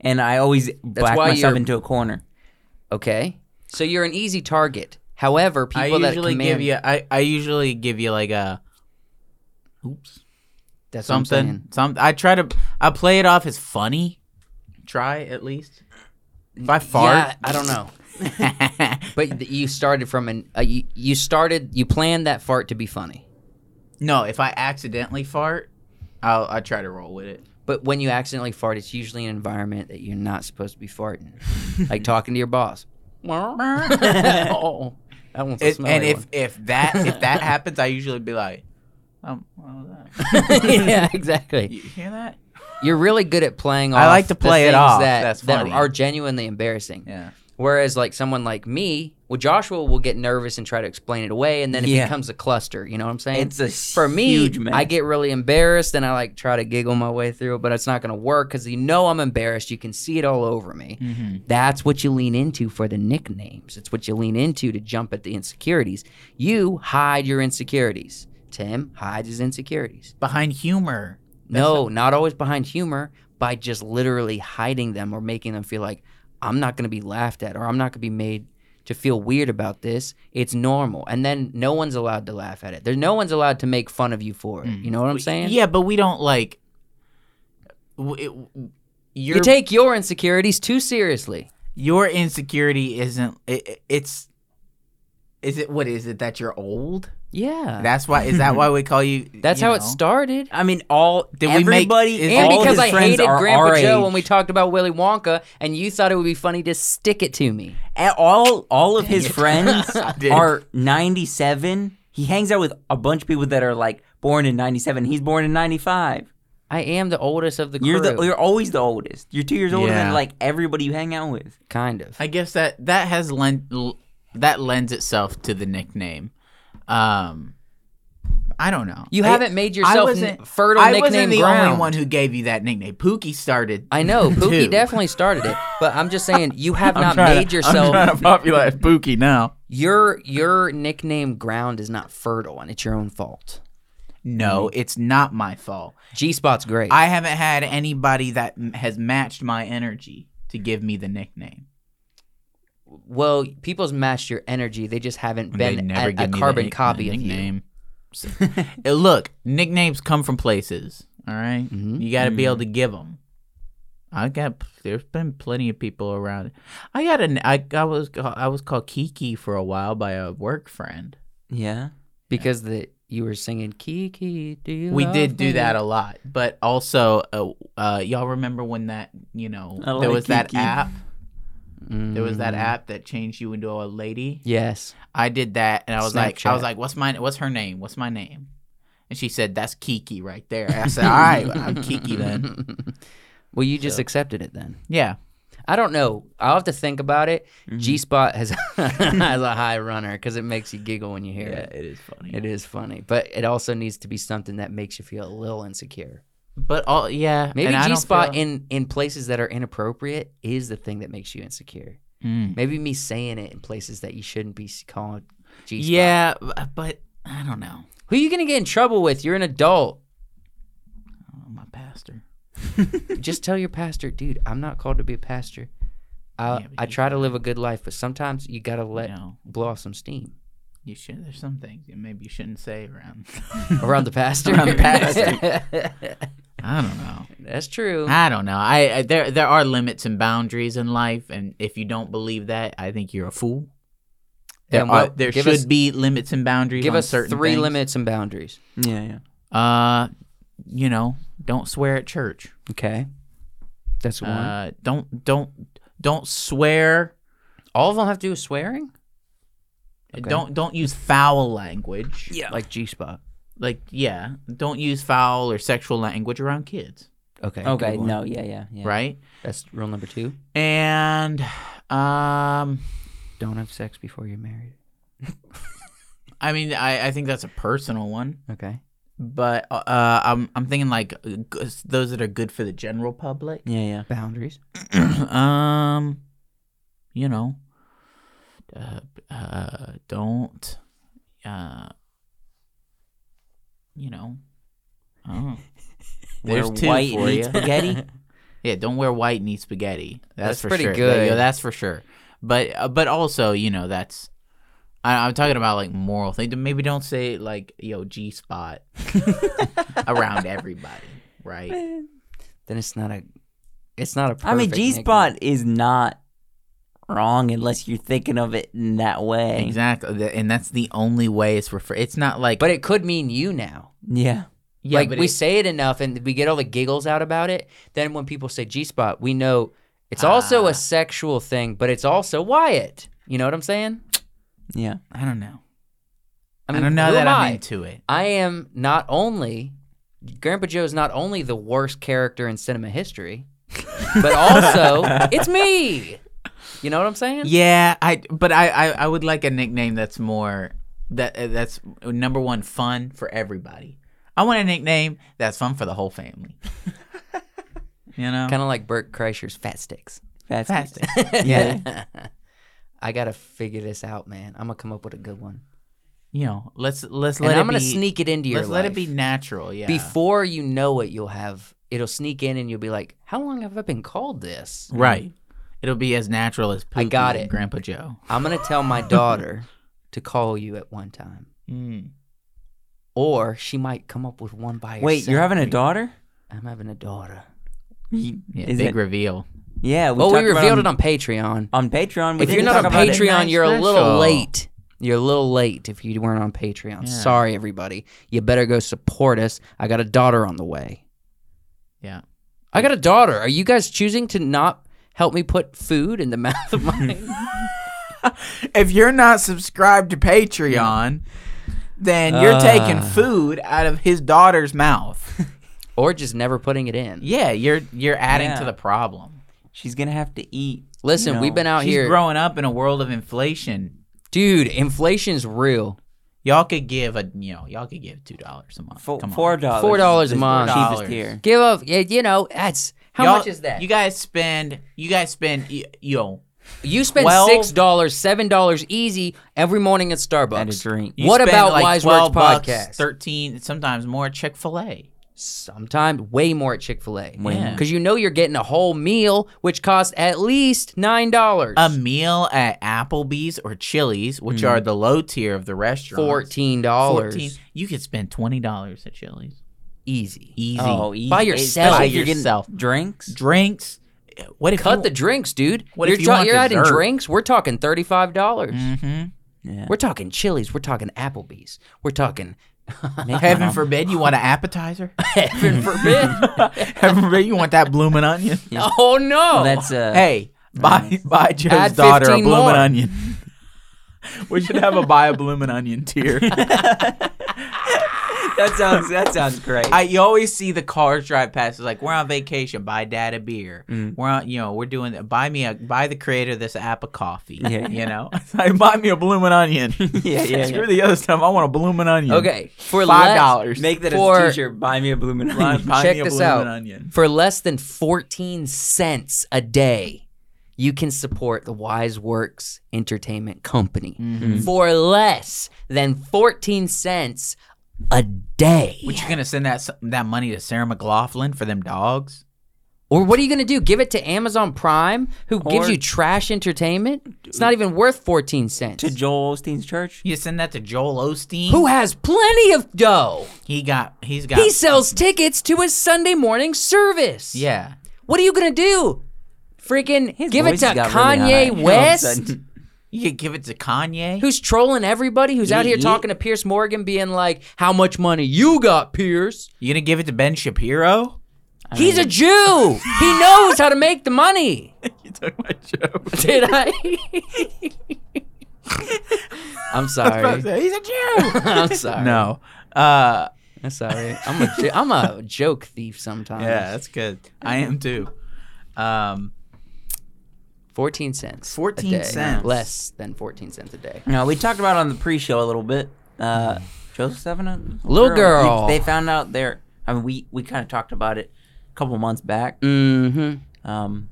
[SPEAKER 4] And I always back
[SPEAKER 6] why
[SPEAKER 4] myself
[SPEAKER 6] you're-
[SPEAKER 4] into a corner.
[SPEAKER 6] okay, so you're an easy target. However,
[SPEAKER 5] I
[SPEAKER 6] people that
[SPEAKER 5] usually
[SPEAKER 6] command
[SPEAKER 5] give you I, I usually give you like a oops
[SPEAKER 6] that's what I'm
[SPEAKER 5] something
[SPEAKER 6] saying.
[SPEAKER 5] some I try to I play it off as funny. Try at least. If I fart,
[SPEAKER 6] (laughs) Yeah, I don't know. But th- you started from an uh, you, you started you planned that fart to be funny.
[SPEAKER 5] no, if I accidentally fart, I'll I try to roll with
[SPEAKER 6] (laughs)
[SPEAKER 5] it.
[SPEAKER 6] But when you accidentally fart, it's usually an environment that you're not supposed to be farting, like talking to
[SPEAKER 5] (laughs)
[SPEAKER 6] your boss. (laughs) oh, that one's a
[SPEAKER 5] It-
[SPEAKER 6] smelly
[SPEAKER 5] and if
[SPEAKER 6] one.
[SPEAKER 5] if that if that
[SPEAKER 6] (laughs)
[SPEAKER 5] happens, I usually be like, um, what was that?
[SPEAKER 6] (laughs) yeah, exactly.
[SPEAKER 5] You hear that?
[SPEAKER 6] You're really good at playing off.
[SPEAKER 5] I like to
[SPEAKER 6] the
[SPEAKER 5] play it
[SPEAKER 6] things
[SPEAKER 5] off.
[SPEAKER 6] That,
[SPEAKER 5] That's
[SPEAKER 6] that
[SPEAKER 5] funny.
[SPEAKER 6] are genuinely embarrassing.
[SPEAKER 5] Yeah.
[SPEAKER 6] Whereas, like someone like me, well, Joshua will get nervous and try to explain it away, and then it
[SPEAKER 4] Yeah.
[SPEAKER 6] becomes a cluster. You know what I'm saying?
[SPEAKER 4] It's a
[SPEAKER 6] for me.
[SPEAKER 4] huge mess.
[SPEAKER 6] I get really embarrassed, and I like try to giggle my way through it, but it's not going to work because you know I'm embarrassed. You can see it all over me.
[SPEAKER 5] Mm-hmm.
[SPEAKER 6] That's what you lean into for the nicknames. It's what you lean into to jump at the insecurities. You hide your insecurities. Tim hides his insecurities.
[SPEAKER 5] Behind humor.
[SPEAKER 6] No, not always behind humor, by just literally hiding them or making them feel like I'm not going to be laughed at or I'm not going to be made to feel weird about this. It's normal. And then no one's allowed to laugh at it. There's no one's allowed to make fun of you for it.
[SPEAKER 4] Mm.
[SPEAKER 6] You know what I'm saying?
[SPEAKER 5] Yeah, but we don't like. w- It, w-
[SPEAKER 6] You
[SPEAKER 5] your,
[SPEAKER 6] take your insecurities too seriously.
[SPEAKER 5] your insecurity isn't. It, it- it's. Is it what is it that you're old?
[SPEAKER 6] Yeah.
[SPEAKER 5] That's why. Is that why we call you?
[SPEAKER 6] (laughs) That's
[SPEAKER 5] you
[SPEAKER 6] how it
[SPEAKER 5] know?
[SPEAKER 6] started.
[SPEAKER 4] I mean, all
[SPEAKER 5] Did we make-
[SPEAKER 4] everybody
[SPEAKER 5] is
[SPEAKER 6] And
[SPEAKER 4] all
[SPEAKER 6] because
[SPEAKER 4] his
[SPEAKER 6] I
[SPEAKER 4] friends
[SPEAKER 6] hated
[SPEAKER 4] are
[SPEAKER 6] Grandpa
[SPEAKER 4] our
[SPEAKER 6] Joe
[SPEAKER 4] age.
[SPEAKER 6] when we talked about Willy Wonka, and you thought it would be funny to stick it to me.
[SPEAKER 4] A- all all of his friends
[SPEAKER 5] (laughs) I did.
[SPEAKER 4] are 97. He hangs out with a bunch of people that are like born in 97. He's born in 95.
[SPEAKER 6] I am the oldest of the crew.
[SPEAKER 4] You're the you're always the oldest. You're 2 years older
[SPEAKER 5] Yeah.
[SPEAKER 4] than like everybody you hang out with.
[SPEAKER 6] kind of.
[SPEAKER 5] I guess that that has lend l- that lends itself to the nickname. Um, I don't know.
[SPEAKER 6] You
[SPEAKER 5] I-
[SPEAKER 6] haven't made yourself n-
[SPEAKER 5] wasn't-
[SPEAKER 6] fertile
[SPEAKER 5] I
[SPEAKER 6] nickname
[SPEAKER 5] wasn't the only
[SPEAKER 6] ground.
[SPEAKER 5] one who gave you that nickname. Pookie started. (laughs)
[SPEAKER 6] I know Pookie
[SPEAKER 5] Two.
[SPEAKER 6] definitely started it, but I'm just saying you have
[SPEAKER 5] I'm
[SPEAKER 6] not
[SPEAKER 5] trying to-
[SPEAKER 6] made
[SPEAKER 5] I'm trying
[SPEAKER 6] yourself (laughs)
[SPEAKER 5] to popularize Pookie now.
[SPEAKER 6] your your nickname ground is not fertile and it's your own fault.
[SPEAKER 5] No, it's not my fault.
[SPEAKER 6] G spot's great.
[SPEAKER 5] I haven't had anybody that m- has matched my energy to give me the nickname.
[SPEAKER 6] well, people's matched your energy; they just haven't
[SPEAKER 5] They
[SPEAKER 6] been
[SPEAKER 5] never
[SPEAKER 6] a,
[SPEAKER 5] give
[SPEAKER 6] a
[SPEAKER 5] me the
[SPEAKER 6] carbon
[SPEAKER 5] nick-
[SPEAKER 6] copy
[SPEAKER 5] the
[SPEAKER 6] of you.
[SPEAKER 5] nickname. So- (laughs) Uh, Look, nicknames come from places. All right? you got to be able to give them. I got. There's been plenty of people around. I got an. I, I was. ca- I was called Kiki for a while by a work friend.
[SPEAKER 4] Yeah.
[SPEAKER 6] because the you were singing Kiki. Do you?
[SPEAKER 5] we
[SPEAKER 6] love
[SPEAKER 5] did do
[SPEAKER 6] me?"
[SPEAKER 5] that a lot, but also, uh, uh, y'all remember when that you know
[SPEAKER 4] I
[SPEAKER 5] there
[SPEAKER 4] like
[SPEAKER 5] was that
[SPEAKER 4] Kiki.
[SPEAKER 5] app. There was that app that changed you into a lady.
[SPEAKER 6] Mm,
[SPEAKER 5] (laughs)
[SPEAKER 6] Yes,
[SPEAKER 5] I did that, and I was like, I was
[SPEAKER 6] Snapchat.
[SPEAKER 5] like, what's my, what's her name? What's my name? And she said, that's Kiki right
[SPEAKER 6] (laughs)
[SPEAKER 5] there. I said, all right, well, I'm Kiki then.
[SPEAKER 6] well, you just accepted it then.
[SPEAKER 5] Yeah,
[SPEAKER 6] I don't know. I'll have to think about it.
[SPEAKER 5] Mm-hmm.
[SPEAKER 6] G Spot has (laughs) has a high runner because it makes you giggle when you hear it.
[SPEAKER 5] is funny.
[SPEAKER 6] It is funny, but it also needs to be something that makes you feel a little insecure.
[SPEAKER 5] But all yeah,
[SPEAKER 6] Maybe
[SPEAKER 5] and I
[SPEAKER 6] G
[SPEAKER 5] don't
[SPEAKER 6] Spot
[SPEAKER 5] feel-
[SPEAKER 6] in in places that are inappropriate is the thing that makes you insecure.
[SPEAKER 5] Mm.
[SPEAKER 6] Maybe me saying it in places that you shouldn't be called G Spot.
[SPEAKER 5] Yeah, b- but I don't know.
[SPEAKER 6] Who you gonna get in trouble with? You're an adult.
[SPEAKER 5] Oh, my pastor.
[SPEAKER 6] just tell your pastor, dude, I'm not called to be a pastor. I,
[SPEAKER 5] Yeah, but
[SPEAKER 6] I
[SPEAKER 5] you-
[SPEAKER 6] try to live a good life, but sometimes you gotta let
[SPEAKER 5] No.
[SPEAKER 6] blow off some steam
[SPEAKER 5] You should. There's some things that maybe you shouldn't say around. (laughs)
[SPEAKER 6] around the pastor.
[SPEAKER 5] Around the
[SPEAKER 6] pastor.
[SPEAKER 5] I don't know.
[SPEAKER 6] (laughs) That's true.
[SPEAKER 5] I don't know. I, I there there are limits and boundaries in life, and if you don't believe that, I think you're a fool. There
[SPEAKER 6] And
[SPEAKER 5] are,
[SPEAKER 6] what-
[SPEAKER 5] uh, there
[SPEAKER 6] give
[SPEAKER 5] should
[SPEAKER 6] us-
[SPEAKER 5] be limits and boundaries.
[SPEAKER 6] Give
[SPEAKER 5] on
[SPEAKER 6] us three
[SPEAKER 5] certain things.
[SPEAKER 6] limits and boundaries.
[SPEAKER 4] Yeah, yeah.
[SPEAKER 5] Uh, you know, don't swear at church.
[SPEAKER 6] Okay, that's one.
[SPEAKER 5] Uh, don't don't don't swear.
[SPEAKER 6] All of them have to do with swearing,
[SPEAKER 5] Don't don't use foul language.
[SPEAKER 4] Yeah.
[SPEAKER 6] like G spot.
[SPEAKER 5] Like yeah, don't use foul or sexual language around kids,
[SPEAKER 6] Okay.
[SPEAKER 4] Okay,
[SPEAKER 6] good one.
[SPEAKER 4] no, yeah, yeah, yeah.
[SPEAKER 5] right?
[SPEAKER 6] That's rule number two.
[SPEAKER 5] And um
[SPEAKER 6] Don't have sex before you're married.
[SPEAKER 5] I mean I, I think that's a personal one,
[SPEAKER 6] Okay.
[SPEAKER 5] but uh I'm I'm thinking like uh, g- those that are good for the general public.
[SPEAKER 4] Yeah, yeah.
[SPEAKER 6] Boundaries.
[SPEAKER 5] um you know, uh, uh don't uh you know. Oh. There's
[SPEAKER 4] Where
[SPEAKER 5] two
[SPEAKER 4] white (laughs)
[SPEAKER 5] for
[SPEAKER 4] eats
[SPEAKER 5] ya. (laughs)
[SPEAKER 4] spaghetti.
[SPEAKER 5] Yeah, don't wear white and eat spaghetti. That's,
[SPEAKER 6] That's
[SPEAKER 5] for
[SPEAKER 6] pretty
[SPEAKER 5] sure.
[SPEAKER 6] good.
[SPEAKER 5] Yeah, that's for sure. But uh, but also, you know, that's I, I'm talking about like moral thing. Maybe don't say like yo G spot around everybody, right?
[SPEAKER 6] Then it's not a. It's not a.
[SPEAKER 4] I mean,
[SPEAKER 6] perfect
[SPEAKER 4] G
[SPEAKER 6] nickname.
[SPEAKER 4] spot is not wrong unless you're thinking of it in that way.
[SPEAKER 5] Exactly, Th- and that's the only way it's refer. It's not like
[SPEAKER 6] But it could mean you now.
[SPEAKER 4] Yeah.
[SPEAKER 5] yeah,
[SPEAKER 6] like
[SPEAKER 5] but
[SPEAKER 6] we
[SPEAKER 5] it-
[SPEAKER 6] say it enough and we get all the giggles out about it. Then when people say G spot, we know it's also
[SPEAKER 5] Ah.
[SPEAKER 6] a sexual thing, but it's also Wyatt. You know what I'm saying?
[SPEAKER 4] Yeah.
[SPEAKER 5] I don't know. I,
[SPEAKER 6] I mean,
[SPEAKER 5] don't know
[SPEAKER 6] who
[SPEAKER 5] that
[SPEAKER 6] am
[SPEAKER 5] I'm
[SPEAKER 6] I?
[SPEAKER 5] into it.
[SPEAKER 6] I am not only Grandpa Joe is not only the worst character in cinema history,
[SPEAKER 5] (laughs)
[SPEAKER 6] but also it's me. You know what I'm saying?
[SPEAKER 5] Yeah, I but I, I I would like a nickname that's more that uh, that's number one fun for everybody. I want a nickname that's fun for the whole
[SPEAKER 6] (laughs)
[SPEAKER 5] family. you know,
[SPEAKER 6] Kind of like Bert Kreischer's Fat Sticks.
[SPEAKER 4] That's
[SPEAKER 5] Fantastic.
[SPEAKER 6] (laughs)
[SPEAKER 4] Yeah.
[SPEAKER 6] I gotta figure this out, man. I'm gonna come up with a good one,
[SPEAKER 5] you know, let's let's
[SPEAKER 6] and
[SPEAKER 5] let
[SPEAKER 6] I'm
[SPEAKER 5] it
[SPEAKER 6] gonna
[SPEAKER 5] be,
[SPEAKER 6] sneak it into your.
[SPEAKER 5] Let's let it
[SPEAKER 6] life.
[SPEAKER 5] be natural. Yeah.
[SPEAKER 6] before you know it, you'll have it'll sneak in and you'll be like, "How long have I been called this?"
[SPEAKER 5] right. It'll be as natural as
[SPEAKER 6] I got
[SPEAKER 5] Poopy and
[SPEAKER 6] it.
[SPEAKER 5] Grandpa Joe.
[SPEAKER 6] I'm gonna
[SPEAKER 5] (laughs)
[SPEAKER 6] tell my daughter to call you at one time,
[SPEAKER 5] Mm.
[SPEAKER 6] or she might come up with one by herself.
[SPEAKER 4] Wait, you're having a daughter?
[SPEAKER 6] I'm having a daughter.
[SPEAKER 4] You-
[SPEAKER 5] Yeah,
[SPEAKER 4] is
[SPEAKER 5] big
[SPEAKER 4] it-
[SPEAKER 5] reveal.
[SPEAKER 4] yeah. We
[SPEAKER 5] Oh,
[SPEAKER 6] Well, we
[SPEAKER 4] talked about
[SPEAKER 6] revealed it on Patreon.
[SPEAKER 4] on Patreon. We
[SPEAKER 6] If
[SPEAKER 4] didn't
[SPEAKER 6] you're not
[SPEAKER 4] talk
[SPEAKER 6] on
[SPEAKER 4] about it.
[SPEAKER 6] Patreon, you're a
[SPEAKER 5] Special.
[SPEAKER 6] little late. You're a little late if you weren't on Patreon.
[SPEAKER 5] Yeah.
[SPEAKER 6] Sorry, everybody. You better go support us. I got a daughter on the way.
[SPEAKER 5] Yeah.
[SPEAKER 6] I got a daughter. Are you guys choosing to not help me put food in the (laughs) mouth of
[SPEAKER 5] (laughs)
[SPEAKER 6] my?
[SPEAKER 5] If you're not subscribed to Patreon, then you're taking
[SPEAKER 6] Ah.
[SPEAKER 5] food out of his daughter's
[SPEAKER 6] (laughs)
[SPEAKER 5] mouth.
[SPEAKER 6] or just never putting it in.
[SPEAKER 5] yeah, you're you're adding
[SPEAKER 4] Yeah.
[SPEAKER 5] to the problem.
[SPEAKER 4] She's gonna have to eat.
[SPEAKER 6] Listen,
[SPEAKER 4] you
[SPEAKER 6] we've
[SPEAKER 4] know,
[SPEAKER 6] been out
[SPEAKER 5] She's
[SPEAKER 6] here,
[SPEAKER 5] growing up in a world of inflation.
[SPEAKER 6] dude. Inflation's real.
[SPEAKER 5] Y'all could give a you know y'all could give two dollars a month.
[SPEAKER 4] fo-
[SPEAKER 5] Come on.
[SPEAKER 4] four dollars.
[SPEAKER 6] Four dollars
[SPEAKER 4] is
[SPEAKER 6] a
[SPEAKER 4] the
[SPEAKER 6] month.
[SPEAKER 4] Cheapest
[SPEAKER 5] Dollars.
[SPEAKER 4] here.
[SPEAKER 6] Give up, yeah, you know. That's how
[SPEAKER 5] Y'all-
[SPEAKER 6] much is that?
[SPEAKER 5] You
[SPEAKER 6] You,
[SPEAKER 5] guys spend. You guys spend. y- You know.
[SPEAKER 6] spend
[SPEAKER 5] 12
[SPEAKER 6] six dollars, seven dollars easy every morning at Starbucks.
[SPEAKER 4] At a drink.
[SPEAKER 5] you
[SPEAKER 6] what
[SPEAKER 5] spend
[SPEAKER 6] about
[SPEAKER 5] like
[SPEAKER 6] Wise Words
[SPEAKER 5] 12 bucks,
[SPEAKER 6] podcast?
[SPEAKER 5] Thirteen, sometimes more. Chick Fil A.
[SPEAKER 6] Sometimes way more at Chick Fil A
[SPEAKER 4] Way
[SPEAKER 5] Yeah. more.
[SPEAKER 6] because you know you're getting a whole meal, which costs at least nine dollars.
[SPEAKER 5] A meal at Applebee's or Chili's, which are the low tier of the restaurant.
[SPEAKER 6] Hmm. Fourteen
[SPEAKER 5] Fourteen.
[SPEAKER 6] dollars
[SPEAKER 5] You could spend twenty dollars at Chili's.
[SPEAKER 6] easy.
[SPEAKER 5] Easy.
[SPEAKER 4] Oh, easy.
[SPEAKER 6] By yourself.
[SPEAKER 4] Especially if you're getting
[SPEAKER 5] Yourself.
[SPEAKER 4] Drinks.
[SPEAKER 5] Drinks. What if
[SPEAKER 6] Cut
[SPEAKER 5] you,
[SPEAKER 6] the drinks, dude.
[SPEAKER 5] What
[SPEAKER 6] you're
[SPEAKER 5] if you
[SPEAKER 6] ta-
[SPEAKER 5] want
[SPEAKER 6] you're adding
[SPEAKER 5] dessert?
[SPEAKER 6] drinks? We're talking thirty-five dollars.
[SPEAKER 5] hmm
[SPEAKER 4] Yeah.
[SPEAKER 6] We're talking Chili's. We're talking Applebee's. We're
[SPEAKER 5] (laughs)
[SPEAKER 6] talking
[SPEAKER 4] Make
[SPEAKER 5] Heaven
[SPEAKER 4] one.
[SPEAKER 5] forbid you want an appetizer.
[SPEAKER 6] (laughs) heaven forbid.
[SPEAKER 5] (laughs) Heaven forbid you want that blooming onion.
[SPEAKER 6] oh no!
[SPEAKER 4] Well, that's uh,
[SPEAKER 5] hey, buy buy Joe's
[SPEAKER 6] Add
[SPEAKER 5] daughter a
[SPEAKER 6] 15
[SPEAKER 5] bloomin'
[SPEAKER 6] more.
[SPEAKER 5] onion. (laughs)
[SPEAKER 6] (laughs)
[SPEAKER 5] we should have a buy a bloomin' onion
[SPEAKER 4] (laughs)
[SPEAKER 5] tier.
[SPEAKER 4] that sounds that sounds great.
[SPEAKER 5] I, you always see the cars drive past. It's like we're on vacation. Buy dad a beer. We're on. You know, we're doing. Buy me a. Buy the creator this app of coffee.
[SPEAKER 4] Yeah.
[SPEAKER 5] You know, (laughs) It's like buy me a blooming onion.
[SPEAKER 4] yeah, yeah,
[SPEAKER 5] (laughs) Screw the other stuff. I want a blooming onion.
[SPEAKER 6] Okay, for
[SPEAKER 5] Five
[SPEAKER 6] less-
[SPEAKER 5] dollars.
[SPEAKER 4] Make
[SPEAKER 5] (laughs)
[SPEAKER 4] that as
[SPEAKER 6] For-
[SPEAKER 4] a t-shirt. Buy me a
[SPEAKER 6] (laughs)
[SPEAKER 4] blooming
[SPEAKER 5] Buy
[SPEAKER 4] onion.
[SPEAKER 5] buy
[SPEAKER 6] Check
[SPEAKER 5] me a
[SPEAKER 6] this
[SPEAKER 5] blooming
[SPEAKER 6] out.
[SPEAKER 5] onion.
[SPEAKER 6] For less than 14 cents a day, you can support the Wise Works Entertainment Company.
[SPEAKER 4] Mm-hmm.
[SPEAKER 6] For less than 14 cents a day.
[SPEAKER 5] What you gonna send that s- that money to Sarah McLaughlin for them dogs?
[SPEAKER 6] or what are you going to do? Give it to Amazon Prime, who gives
[SPEAKER 4] Or-
[SPEAKER 6] you trash entertainment? It's not even worth 14 cents.
[SPEAKER 4] (laughs) To Joel Osteen's church.
[SPEAKER 5] You send that to Joel Osteen.
[SPEAKER 6] who has plenty of dough.
[SPEAKER 5] He got. He's got.
[SPEAKER 6] He sells tickets to his Sunday morning
[SPEAKER 5] (laughs)
[SPEAKER 6] service.
[SPEAKER 5] Yeah.
[SPEAKER 6] What are you going to do? Freaking
[SPEAKER 4] His
[SPEAKER 6] give it
[SPEAKER 4] voice
[SPEAKER 6] to
[SPEAKER 4] has got really high
[SPEAKER 6] Kanye
[SPEAKER 4] all of a
[SPEAKER 6] West.
[SPEAKER 4] sudden.
[SPEAKER 5] You could give it to Kanye.
[SPEAKER 6] who's trolling everybody, who's out
[SPEAKER 5] Ye-
[SPEAKER 6] here
[SPEAKER 5] ye-
[SPEAKER 6] talking to Pierce Morgan, being like, "How much money you got, Pierce?
[SPEAKER 5] You gonna give it to Ben Shapiro?
[SPEAKER 6] He's a Jew. (laughs) he knows how to make the money."
[SPEAKER 5] you took my joke.
[SPEAKER 6] Did I? (laughs) I'm
[SPEAKER 5] (laughs)
[SPEAKER 6] sorry.
[SPEAKER 5] He's a Jew.
[SPEAKER 6] (laughs) I'm sorry.
[SPEAKER 5] no. Uh,
[SPEAKER 6] I'm sorry. I'm a jo- I'm a joke thief sometimes.
[SPEAKER 5] yeah, that's good. I am too. Um,
[SPEAKER 6] Fourteen cents. a
[SPEAKER 5] 14
[SPEAKER 6] day.
[SPEAKER 5] cents.
[SPEAKER 6] Less than fourteen cents a day.
[SPEAKER 4] Now we talked about it on the pre-show a little bit. Uh, Joseph's having a
[SPEAKER 6] Little girl.
[SPEAKER 4] They, they found out there. I mean, we we kind of talked about it a couple months back.
[SPEAKER 6] Mm-hmm.
[SPEAKER 4] Um,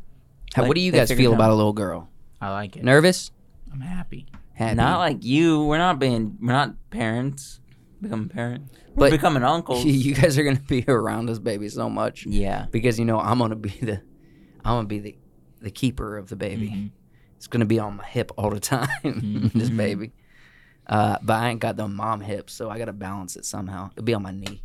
[SPEAKER 6] How, what
[SPEAKER 4] Like,
[SPEAKER 6] do you
[SPEAKER 4] they
[SPEAKER 6] guys
[SPEAKER 4] figured
[SPEAKER 6] feel
[SPEAKER 4] it
[SPEAKER 6] about
[SPEAKER 4] out.
[SPEAKER 6] a little girl?
[SPEAKER 5] I like it.
[SPEAKER 6] Nervous?
[SPEAKER 5] I'm happy.
[SPEAKER 6] Happy?
[SPEAKER 4] not like you. We're not being. We're not parents. Becoming parents. We're
[SPEAKER 6] But-
[SPEAKER 4] becoming uncles.
[SPEAKER 6] (laughs) you guys are gonna be around this baby so much.
[SPEAKER 4] yeah.
[SPEAKER 6] because you know I'm gonna be the I'm gonna be the the keeper of the baby.
[SPEAKER 5] Mhm.
[SPEAKER 6] It's gonna be on my hip all the (laughs) time,
[SPEAKER 5] Mm-hmm.
[SPEAKER 6] this baby. Uh, but I ain't got the mom hips, so I gotta balance it somehow. It'll be on my knee.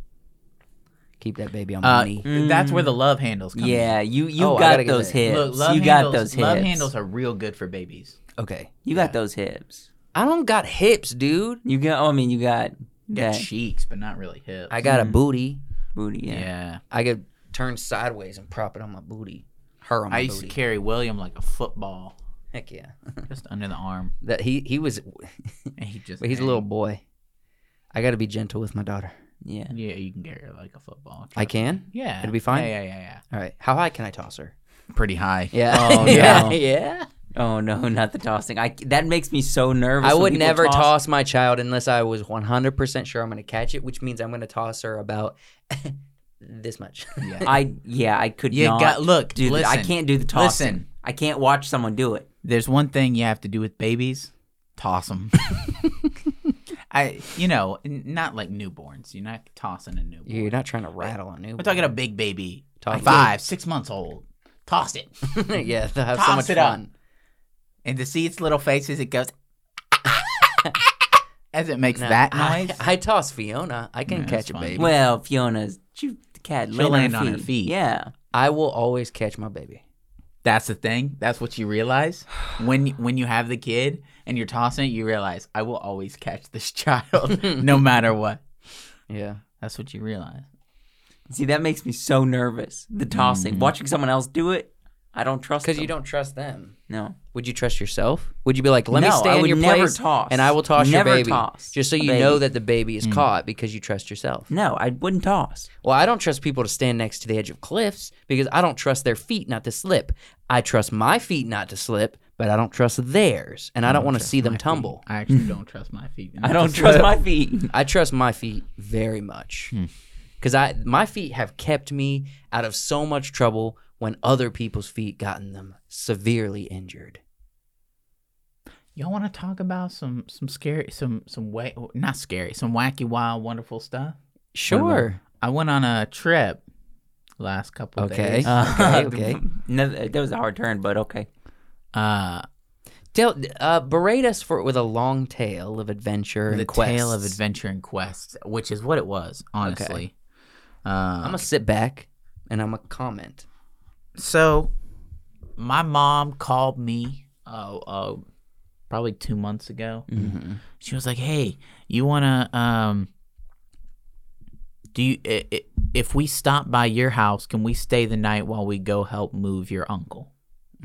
[SPEAKER 6] Keep that baby on my
[SPEAKER 5] Uh,
[SPEAKER 6] knee.
[SPEAKER 5] That's where the love handles come
[SPEAKER 4] Yeah, you you
[SPEAKER 6] Oh, I gotta
[SPEAKER 4] got
[SPEAKER 6] get
[SPEAKER 4] those
[SPEAKER 6] that.
[SPEAKER 5] in.
[SPEAKER 4] hips.
[SPEAKER 5] Look, love
[SPEAKER 4] you
[SPEAKER 5] handles,
[SPEAKER 4] got those hips.
[SPEAKER 5] Love handles are real good for babies.
[SPEAKER 6] Okay,
[SPEAKER 4] you got those hips.
[SPEAKER 6] I don't got hips, dude.
[SPEAKER 4] You got. Oh, I mean, you got
[SPEAKER 5] Yeah.
[SPEAKER 4] that
[SPEAKER 5] Cheeks, but not really hips.
[SPEAKER 6] I got a booty.
[SPEAKER 4] booty. Yeah.
[SPEAKER 5] Yeah.
[SPEAKER 6] I could turn sideways and prop it on my booty. Her on my
[SPEAKER 5] I used
[SPEAKER 6] booty.
[SPEAKER 5] to carry William like a football,
[SPEAKER 6] Heck yeah.
[SPEAKER 5] just under the arm,
[SPEAKER 6] that he he was,
[SPEAKER 5] and he just.
[SPEAKER 6] he's a little boy. I gotta be gentle with my daughter.
[SPEAKER 4] yeah.
[SPEAKER 5] Yeah, you can carry her like a football.
[SPEAKER 6] I can.
[SPEAKER 5] Yeah,
[SPEAKER 6] It'll be fine?
[SPEAKER 5] Yeah, yeah, yeah,
[SPEAKER 6] All right. How high can I toss her?
[SPEAKER 5] yeah. Pretty high.
[SPEAKER 4] (laughs)
[SPEAKER 6] Yeah.
[SPEAKER 4] Oh, no.
[SPEAKER 6] (laughs) yeah. Yeah.
[SPEAKER 4] Oh no, not the tossing. I that makes me so nervous.
[SPEAKER 6] I
[SPEAKER 4] when
[SPEAKER 6] would
[SPEAKER 4] people
[SPEAKER 6] never
[SPEAKER 4] toss.
[SPEAKER 6] toss my child unless I was 100% sure I'm going to catch it, which means I'm going to toss her about (laughs) this much. (laughs)
[SPEAKER 5] Yeah.
[SPEAKER 4] I yeah, I could
[SPEAKER 5] You
[SPEAKER 4] not.
[SPEAKER 5] got look.
[SPEAKER 4] do the- I
[SPEAKER 5] listen.
[SPEAKER 4] can't do the tossing.
[SPEAKER 5] Listen.
[SPEAKER 4] I can't watch someone do it.
[SPEAKER 5] there's one thing you have to do with babies toss
[SPEAKER 6] (laughs)
[SPEAKER 5] them i you know n- not like newborns you're not tossing a newborn
[SPEAKER 6] You're not trying to rattle a new
[SPEAKER 5] we're talking a big baby
[SPEAKER 6] Toss it.
[SPEAKER 5] five six months old toss
[SPEAKER 6] (laughs)
[SPEAKER 5] it
[SPEAKER 6] yeah, they'll have so
[SPEAKER 5] Toss
[SPEAKER 6] much
[SPEAKER 5] it up.
[SPEAKER 6] fun.
[SPEAKER 5] and to see its little face as it goes (laughs) as it makes
[SPEAKER 6] No,
[SPEAKER 5] that
[SPEAKER 6] I-
[SPEAKER 5] noise
[SPEAKER 6] I, toss Fiona. I can
[SPEAKER 5] Yeah,
[SPEAKER 6] catch
[SPEAKER 5] that's
[SPEAKER 6] a
[SPEAKER 5] fine.
[SPEAKER 6] baby.
[SPEAKER 4] Well, Fiona's she, the cat.
[SPEAKER 5] She'll land on her feet.
[SPEAKER 4] Yeah,
[SPEAKER 6] I will always catch my baby.
[SPEAKER 5] that's the thing that's what you realize when when you have the kid and you're tossing it you realize i will always catch this (laughs) child
[SPEAKER 6] (laughs)
[SPEAKER 5] no matter what
[SPEAKER 6] Yeah.
[SPEAKER 5] that's what you realize
[SPEAKER 4] see, that makes me so nervous. The tossing, watching someone else do it, I don't trust.
[SPEAKER 6] Because you
[SPEAKER 4] them.
[SPEAKER 6] don't trust them.
[SPEAKER 4] No,
[SPEAKER 6] Would you trust yourself? Would you be like, let me
[SPEAKER 4] No,
[SPEAKER 6] stay
[SPEAKER 4] I
[SPEAKER 6] in
[SPEAKER 4] would
[SPEAKER 6] your
[SPEAKER 4] never
[SPEAKER 6] place
[SPEAKER 4] toss.
[SPEAKER 6] and I will toss
[SPEAKER 4] Never
[SPEAKER 6] your baby?
[SPEAKER 4] toss
[SPEAKER 6] Just so
[SPEAKER 4] a
[SPEAKER 6] you
[SPEAKER 4] baby.
[SPEAKER 6] know that the baby is caught because you trust yourself.
[SPEAKER 4] no, I wouldn't toss.
[SPEAKER 6] Well, I don't trust people to stand next to the edge of cliffs because I don't trust their feet not to slip. I trust my feet not to slip, but I don't trust theirs, and I don't want to see them tumble.
[SPEAKER 5] i actually don't trust my feet (laughs)
[SPEAKER 4] I don't trust my feet.
[SPEAKER 6] I trust my feet very much because I my feet have kept me out of so much trouble when other people's feet gotten them severely injured.
[SPEAKER 5] Y'all want to talk about some some scary some some way not scary some wacky wild wonderful stuff?
[SPEAKER 6] Sure.
[SPEAKER 5] I went on a trip last couple
[SPEAKER 6] Okay. (laughs)
[SPEAKER 5] days.
[SPEAKER 4] Uh, (laughs)
[SPEAKER 6] Okay, okay.
[SPEAKER 4] no, that was a hard turn, but okay.
[SPEAKER 5] Uh,
[SPEAKER 6] Tell, uh, berate us for with a long tale of adventure
[SPEAKER 5] the
[SPEAKER 6] and quests.
[SPEAKER 5] tale of adventure and quests, which is what it was, honestly.
[SPEAKER 6] I'm gonna sit back and I'm gonna comment.
[SPEAKER 5] So, my mom called me uh, uh, probably two months ago.
[SPEAKER 6] Mm-hmm.
[SPEAKER 5] She was like, "Hey, you wanna um, do you i- i- if we stop by your house, can we stay the night while we go help move your uncle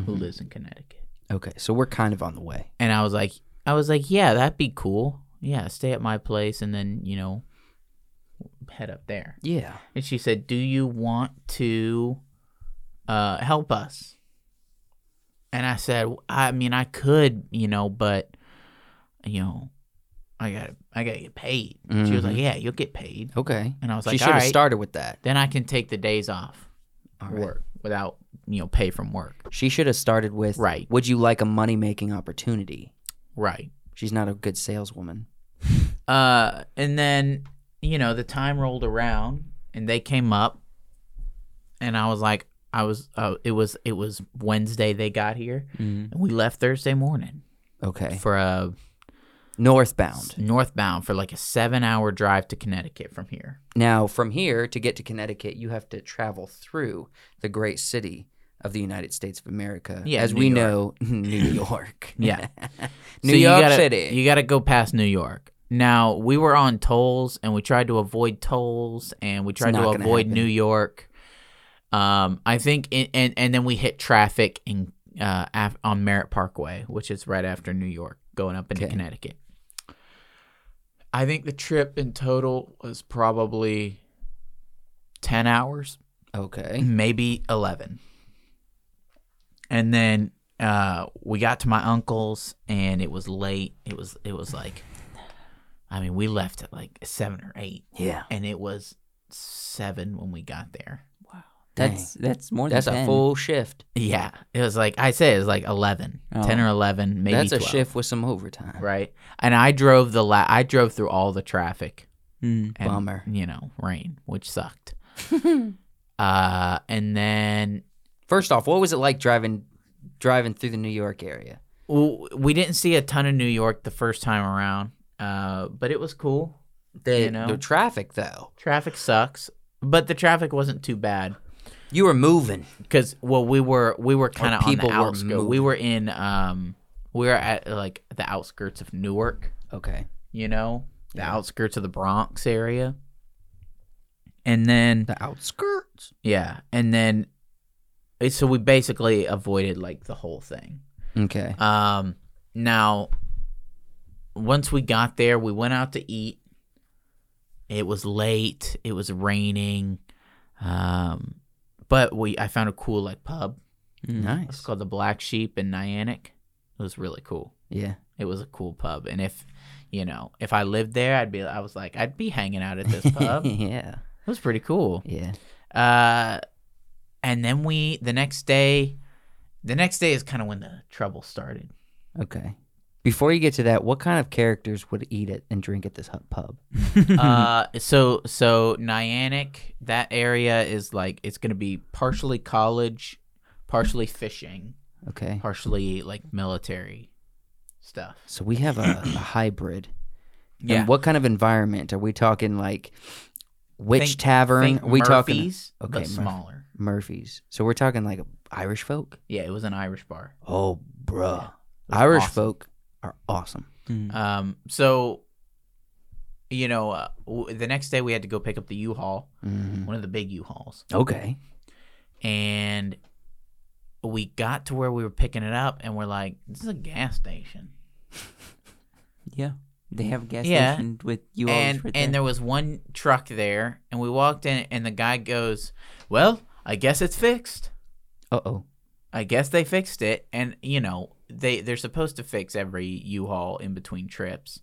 [SPEAKER 5] who lives in Connecticut?"
[SPEAKER 6] Okay, so we're kind of on the way.
[SPEAKER 5] And I was like, I was like, "Yeah, that'd be cool. Yeah, stay at my place, and then you know, head up there.
[SPEAKER 6] Yeah.
[SPEAKER 5] And she said, "Do you want to uh, help us?" And I said, "I mean, I could, you know, but you know, I got to I got to get paid." She was like,
[SPEAKER 6] Mm-hmm.
[SPEAKER 5] "Yeah, you'll get paid."
[SPEAKER 6] Okay.
[SPEAKER 5] And I was
[SPEAKER 6] she
[SPEAKER 5] like,
[SPEAKER 6] should
[SPEAKER 5] "All
[SPEAKER 6] have
[SPEAKER 5] right,
[SPEAKER 6] started with that.
[SPEAKER 5] then I can take the days off
[SPEAKER 6] All right.
[SPEAKER 5] work without you know pay from work."
[SPEAKER 6] She should have started with
[SPEAKER 5] Right.
[SPEAKER 6] Would you like a money making opportunity?
[SPEAKER 5] Right.
[SPEAKER 6] She's not a good saleswoman.
[SPEAKER 5] Uh, and then you know the time rolled around, and they came up, and I was like, I was, uh, it was, it was Wednesday they got here,
[SPEAKER 6] Mm-hmm.
[SPEAKER 5] and we left Thursday morning
[SPEAKER 6] Okay.
[SPEAKER 5] for a
[SPEAKER 6] Northbound.
[SPEAKER 5] northbound for like a seven-hour drive to Connecticut from here.
[SPEAKER 6] Now, from here to get to Connecticut, you have to travel through the great city of the United States of America.
[SPEAKER 5] Yeah,
[SPEAKER 6] as
[SPEAKER 5] New
[SPEAKER 6] we
[SPEAKER 5] York.
[SPEAKER 6] know, (laughs) New York.
[SPEAKER 5] (laughs) Yeah.
[SPEAKER 6] (laughs) New
[SPEAKER 5] So you
[SPEAKER 6] York
[SPEAKER 5] gotta-
[SPEAKER 6] City.
[SPEAKER 5] You got to go past New York. Now we were on tolls, and we tried to avoid tolls, and we tried to
[SPEAKER 6] not gonna
[SPEAKER 5] avoid
[SPEAKER 6] happen.
[SPEAKER 5] New York. Um, I think, in, and and then we hit traffic in uh af- on Merritt Parkway, which is right after New York, going up into
[SPEAKER 6] Okay.
[SPEAKER 5] Connecticut. I think the trip in total was probably ten hours
[SPEAKER 6] okay.
[SPEAKER 5] maybe 11 and then uh we got to my uncle's and it was late it was it was like i mean we left at like seven or eight
[SPEAKER 6] Yeah.
[SPEAKER 5] and it was seven when we got there
[SPEAKER 4] That's that's more than
[SPEAKER 6] That's
[SPEAKER 4] 10.
[SPEAKER 6] a full shift.
[SPEAKER 5] yeah it was like i said it was like 11 10 or 11 maybe
[SPEAKER 6] Oh. That's a
[SPEAKER 5] 12,
[SPEAKER 6] shift with some overtime.
[SPEAKER 5] right and i drove the la- i drove through all the traffic
[SPEAKER 4] Mm.
[SPEAKER 5] and,
[SPEAKER 6] Hmm, Bummer.
[SPEAKER 5] you know rain which
[SPEAKER 6] (laughs)
[SPEAKER 5] sucked uh and then
[SPEAKER 6] First off, what was it like driving driving through the New York area?
[SPEAKER 5] Well, we didn't see a ton of New York the first time around, uh, but it was cool.
[SPEAKER 6] The,
[SPEAKER 5] You know?
[SPEAKER 6] the traffic though.
[SPEAKER 5] Traffic sucks, but the traffic wasn't too bad
[SPEAKER 6] You were moving.
[SPEAKER 5] because well, we were we were kind of on
[SPEAKER 6] people
[SPEAKER 5] the
[SPEAKER 6] were
[SPEAKER 5] outskirts. We
[SPEAKER 6] moving.
[SPEAKER 5] were in um, we were at like the outskirts of Newark,
[SPEAKER 6] Okay.
[SPEAKER 5] you know, the outskirts of the Bronx area, and then
[SPEAKER 6] The outskirts.
[SPEAKER 5] yeah, and then so we basically avoided like the whole thing.
[SPEAKER 6] Okay.
[SPEAKER 5] Um, now, once we got there, we went out to eat. It was late. It was raining. Um, but we I found a cool like pub.
[SPEAKER 4] Mm.
[SPEAKER 5] It's
[SPEAKER 6] Mm-hmm. Nice.
[SPEAKER 5] called the Black Sheep in Nyanic. It was really cool.
[SPEAKER 6] Yeah.
[SPEAKER 5] It was a cool pub. And if you know, if I lived there, I'd be. I was like, I'd be hanging out at this
[SPEAKER 6] (laughs)
[SPEAKER 5] pub. it
[SPEAKER 6] (laughs) yeah.
[SPEAKER 5] was pretty cool.
[SPEAKER 6] Yeah.
[SPEAKER 5] Uh, and then we the next day, the next day is kind of when the trouble started.
[SPEAKER 6] Okay. Before you get to that, what kind of characters would eat it and drink at this hu- pub?
[SPEAKER 5] uh, so so Nyanic, that area is like it's gonna be partially college, partially fishing,
[SPEAKER 6] Okay.
[SPEAKER 5] partially like military stuff.
[SPEAKER 6] So we
[SPEAKER 5] (coughs)
[SPEAKER 6] have a, a hybrid. And what kind of environment are we talking? Like which
[SPEAKER 5] Think-
[SPEAKER 6] tavern?
[SPEAKER 5] think
[SPEAKER 6] are we talking
[SPEAKER 5] Murphy's,
[SPEAKER 6] okay,
[SPEAKER 5] but
[SPEAKER 6] Murphy.
[SPEAKER 5] smaller.
[SPEAKER 6] Murphy's. So we're talking like Irish folk.
[SPEAKER 5] Yeah, it was an Irish bar.
[SPEAKER 6] Oh, bruh.
[SPEAKER 5] It was
[SPEAKER 6] Irish
[SPEAKER 5] awesome.
[SPEAKER 6] folk are awesome.
[SPEAKER 5] Um, so you know, uh, w- the next day we had to go pick up the U-Haul,
[SPEAKER 6] Mhm.
[SPEAKER 5] one of the big U-Hauls.
[SPEAKER 6] Okay.
[SPEAKER 5] and we got to where we were picking it up and we're like this is a gas station
[SPEAKER 4] Yeah. They have a gas
[SPEAKER 5] Yeah.
[SPEAKER 4] station with you all
[SPEAKER 5] and
[SPEAKER 4] right
[SPEAKER 5] and there was one truck there and we walked in and the guy goes well i guess it's fixed
[SPEAKER 6] Uh oh.
[SPEAKER 5] i guess they fixed it and you know they they're supposed to fix every u-haul in between trips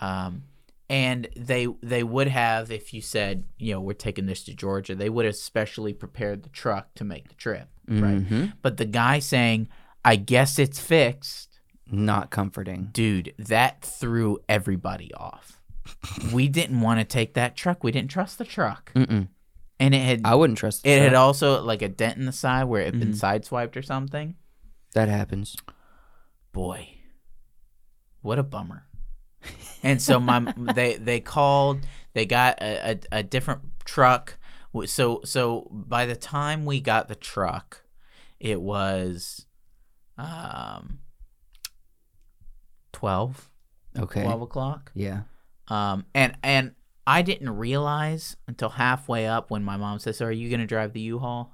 [SPEAKER 5] um and they they would have if you said you know we're taking this to georgia they would have specially prepared the truck to make the trip right
[SPEAKER 6] Mm-hmm.
[SPEAKER 5] But the guy saying, I guess it's fixed,
[SPEAKER 6] Not comforting.
[SPEAKER 5] dude, that threw everybody off. we didn't want to take that truck. We didn't trust the truck.
[SPEAKER 6] Mm-mm.
[SPEAKER 5] And it had
[SPEAKER 6] I wouldn't trust the
[SPEAKER 5] it had
[SPEAKER 6] truck.
[SPEAKER 5] also like a dent in the side where it had been
[SPEAKER 6] Mm-hmm.
[SPEAKER 5] sideswiped or something.
[SPEAKER 6] That happens.
[SPEAKER 5] Boy. What a bummer. and so my
[SPEAKER 6] (laughs)
[SPEAKER 5] they they called, they got a, a, a different truck. W- So so by the time we got the truck, it was um 12
[SPEAKER 6] Okay.
[SPEAKER 5] 12 o'clock (laughs)
[SPEAKER 6] yeah. (laughs)
[SPEAKER 5] um and and i didn't realize until halfway up when my mom says so are you gonna drive the u-haul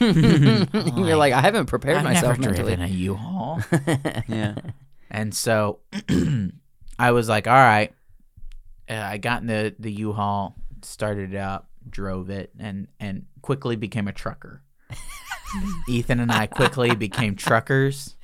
[SPEAKER 6] You're like, I haven't prepared
[SPEAKER 5] i've
[SPEAKER 6] myself
[SPEAKER 5] never
[SPEAKER 6] mentally.
[SPEAKER 5] driven a
[SPEAKER 6] (laughs)
[SPEAKER 5] u-haul
[SPEAKER 4] Yeah.
[SPEAKER 5] and (clears throat) so i was like all right uh, i got in the the u-haul started it up, drove it, and and quickly became a
[SPEAKER 6] (laughs)
[SPEAKER 5] trucker. Ethan and I quickly became truckers.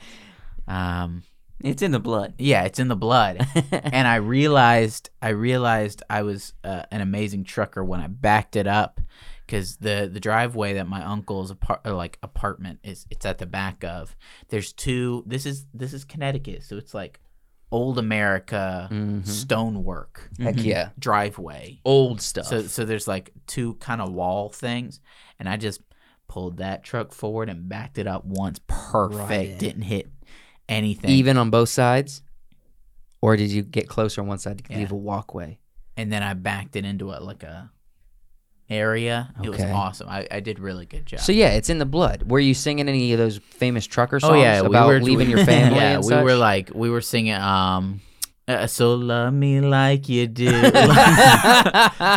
[SPEAKER 5] Um,
[SPEAKER 4] It's in the blood.
[SPEAKER 5] yeah, it's in the
[SPEAKER 6] (laughs)
[SPEAKER 5] blood. and I realized I realized I was uh, an amazing trucker when I backed it up because the the driveway that my uncle's apart or like apartment is it's at the back of. There's two. This is this is Connecticut, so it's like old America stonework
[SPEAKER 6] Mm-hmm. Heck yeah.
[SPEAKER 5] driveway.
[SPEAKER 6] Mm. Old stuff.
[SPEAKER 5] So so there's like two kind of wall things, and I just pulled that truck forward and backed it up once, perfect. Didn't hit anything.
[SPEAKER 6] Even on both sides? Or did you get closer on one side to
[SPEAKER 5] Yeah.
[SPEAKER 6] leave a walkway?
[SPEAKER 5] and then I backed it into a, like a area. It was
[SPEAKER 6] Okay.
[SPEAKER 5] awesome. I, I did really good job.
[SPEAKER 6] So yeah, it's in the blood. Were you singing any of those famous trucker songs
[SPEAKER 5] oh yeah,
[SPEAKER 6] about
[SPEAKER 5] we were (laughs)
[SPEAKER 6] leaving
[SPEAKER 5] we-
[SPEAKER 6] your family?
[SPEAKER 5] Yeah,
[SPEAKER 6] and
[SPEAKER 5] we
[SPEAKER 6] such?
[SPEAKER 5] were like we were singing. um uh, so love me like you do. (laughs)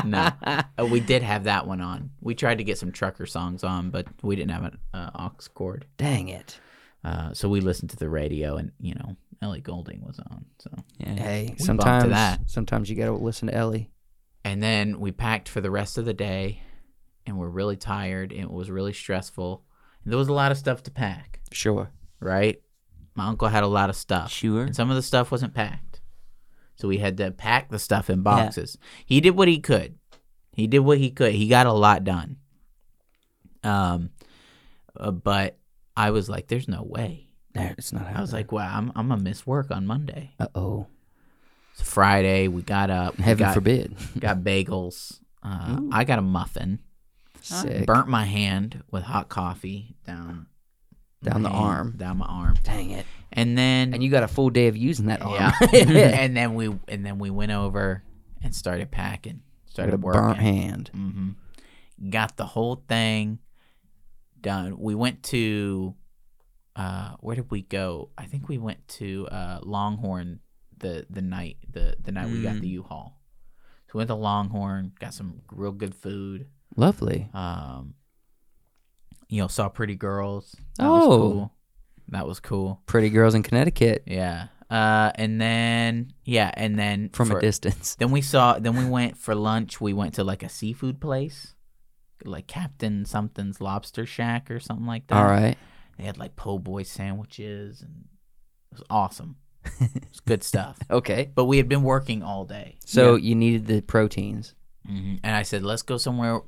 [SPEAKER 5] no, Uh, we did have that one on. We tried to get some trucker songs on, but we didn't have an uh, aux cord.
[SPEAKER 6] dang it.
[SPEAKER 5] Uh, so we listened to the radio, and you know, Ellie Golding was on. So,
[SPEAKER 6] Hey,
[SPEAKER 5] to
[SPEAKER 6] sometimes
[SPEAKER 5] that.
[SPEAKER 6] sometimes you gotta listen to Ellie.
[SPEAKER 5] and then we packed for the rest of the day, and we're really tired, and it was really stressful. And there was a lot of stuff to pack,
[SPEAKER 6] Sure.
[SPEAKER 5] right? My uncle had a lot of stuff.
[SPEAKER 4] Sure.
[SPEAKER 5] And some of the stuff wasn't packed, so we had to pack the stuff in boxes. He did what he could. He did what he could. He got a lot done. Um, uh, but I was like, "There's no way."
[SPEAKER 6] No, it's not
[SPEAKER 5] I was like, "Well, I'm I'm gonna miss work on Monday."
[SPEAKER 6] uh oh.
[SPEAKER 5] It's Friday. We got up. we
[SPEAKER 6] Heaven
[SPEAKER 5] got,
[SPEAKER 6] forbid.
[SPEAKER 5] (laughs) Got bagels. Uh, I got a muffin.
[SPEAKER 6] Sick.
[SPEAKER 5] Burnt my hand with hot coffee down
[SPEAKER 6] Down the
[SPEAKER 5] my hand-
[SPEAKER 6] arm.
[SPEAKER 5] Down my arm.
[SPEAKER 6] Dang it.
[SPEAKER 5] And then
[SPEAKER 6] And you got a full day of using that arm. (laughs)
[SPEAKER 5] yeah. (laughs) and then we and then we went over and started packing.
[SPEAKER 6] With a
[SPEAKER 5] Started
[SPEAKER 6] burnt
[SPEAKER 5] working.
[SPEAKER 6] hand.
[SPEAKER 5] hmm Got the whole thing done. We went to uh, where did we go? I think we went to uh, Longhorn the the night the the night we
[SPEAKER 6] Mm.
[SPEAKER 5] got the U-Haul. So we went to Longhorn, got some real good food.
[SPEAKER 6] Lovely.
[SPEAKER 5] Um, you know, saw pretty girls.
[SPEAKER 6] Oh.
[SPEAKER 5] was cool. that was cool.
[SPEAKER 6] Pretty girls in Connecticut
[SPEAKER 5] Yeah. Uh, and then yeah, and then
[SPEAKER 6] from
[SPEAKER 5] for-
[SPEAKER 6] a distance.
[SPEAKER 5] Then we saw. Then we went for lunch. We went to like a seafood place, like Captain something's Lobster Shack or something like that.
[SPEAKER 6] All right.
[SPEAKER 5] They had like po' boy sandwiches, and it was awesome. it was good stuff.
[SPEAKER 6] Okay.
[SPEAKER 5] But we had been working all day,
[SPEAKER 6] So you needed the proteins.
[SPEAKER 5] hmm and I said, "Let's go somewhere."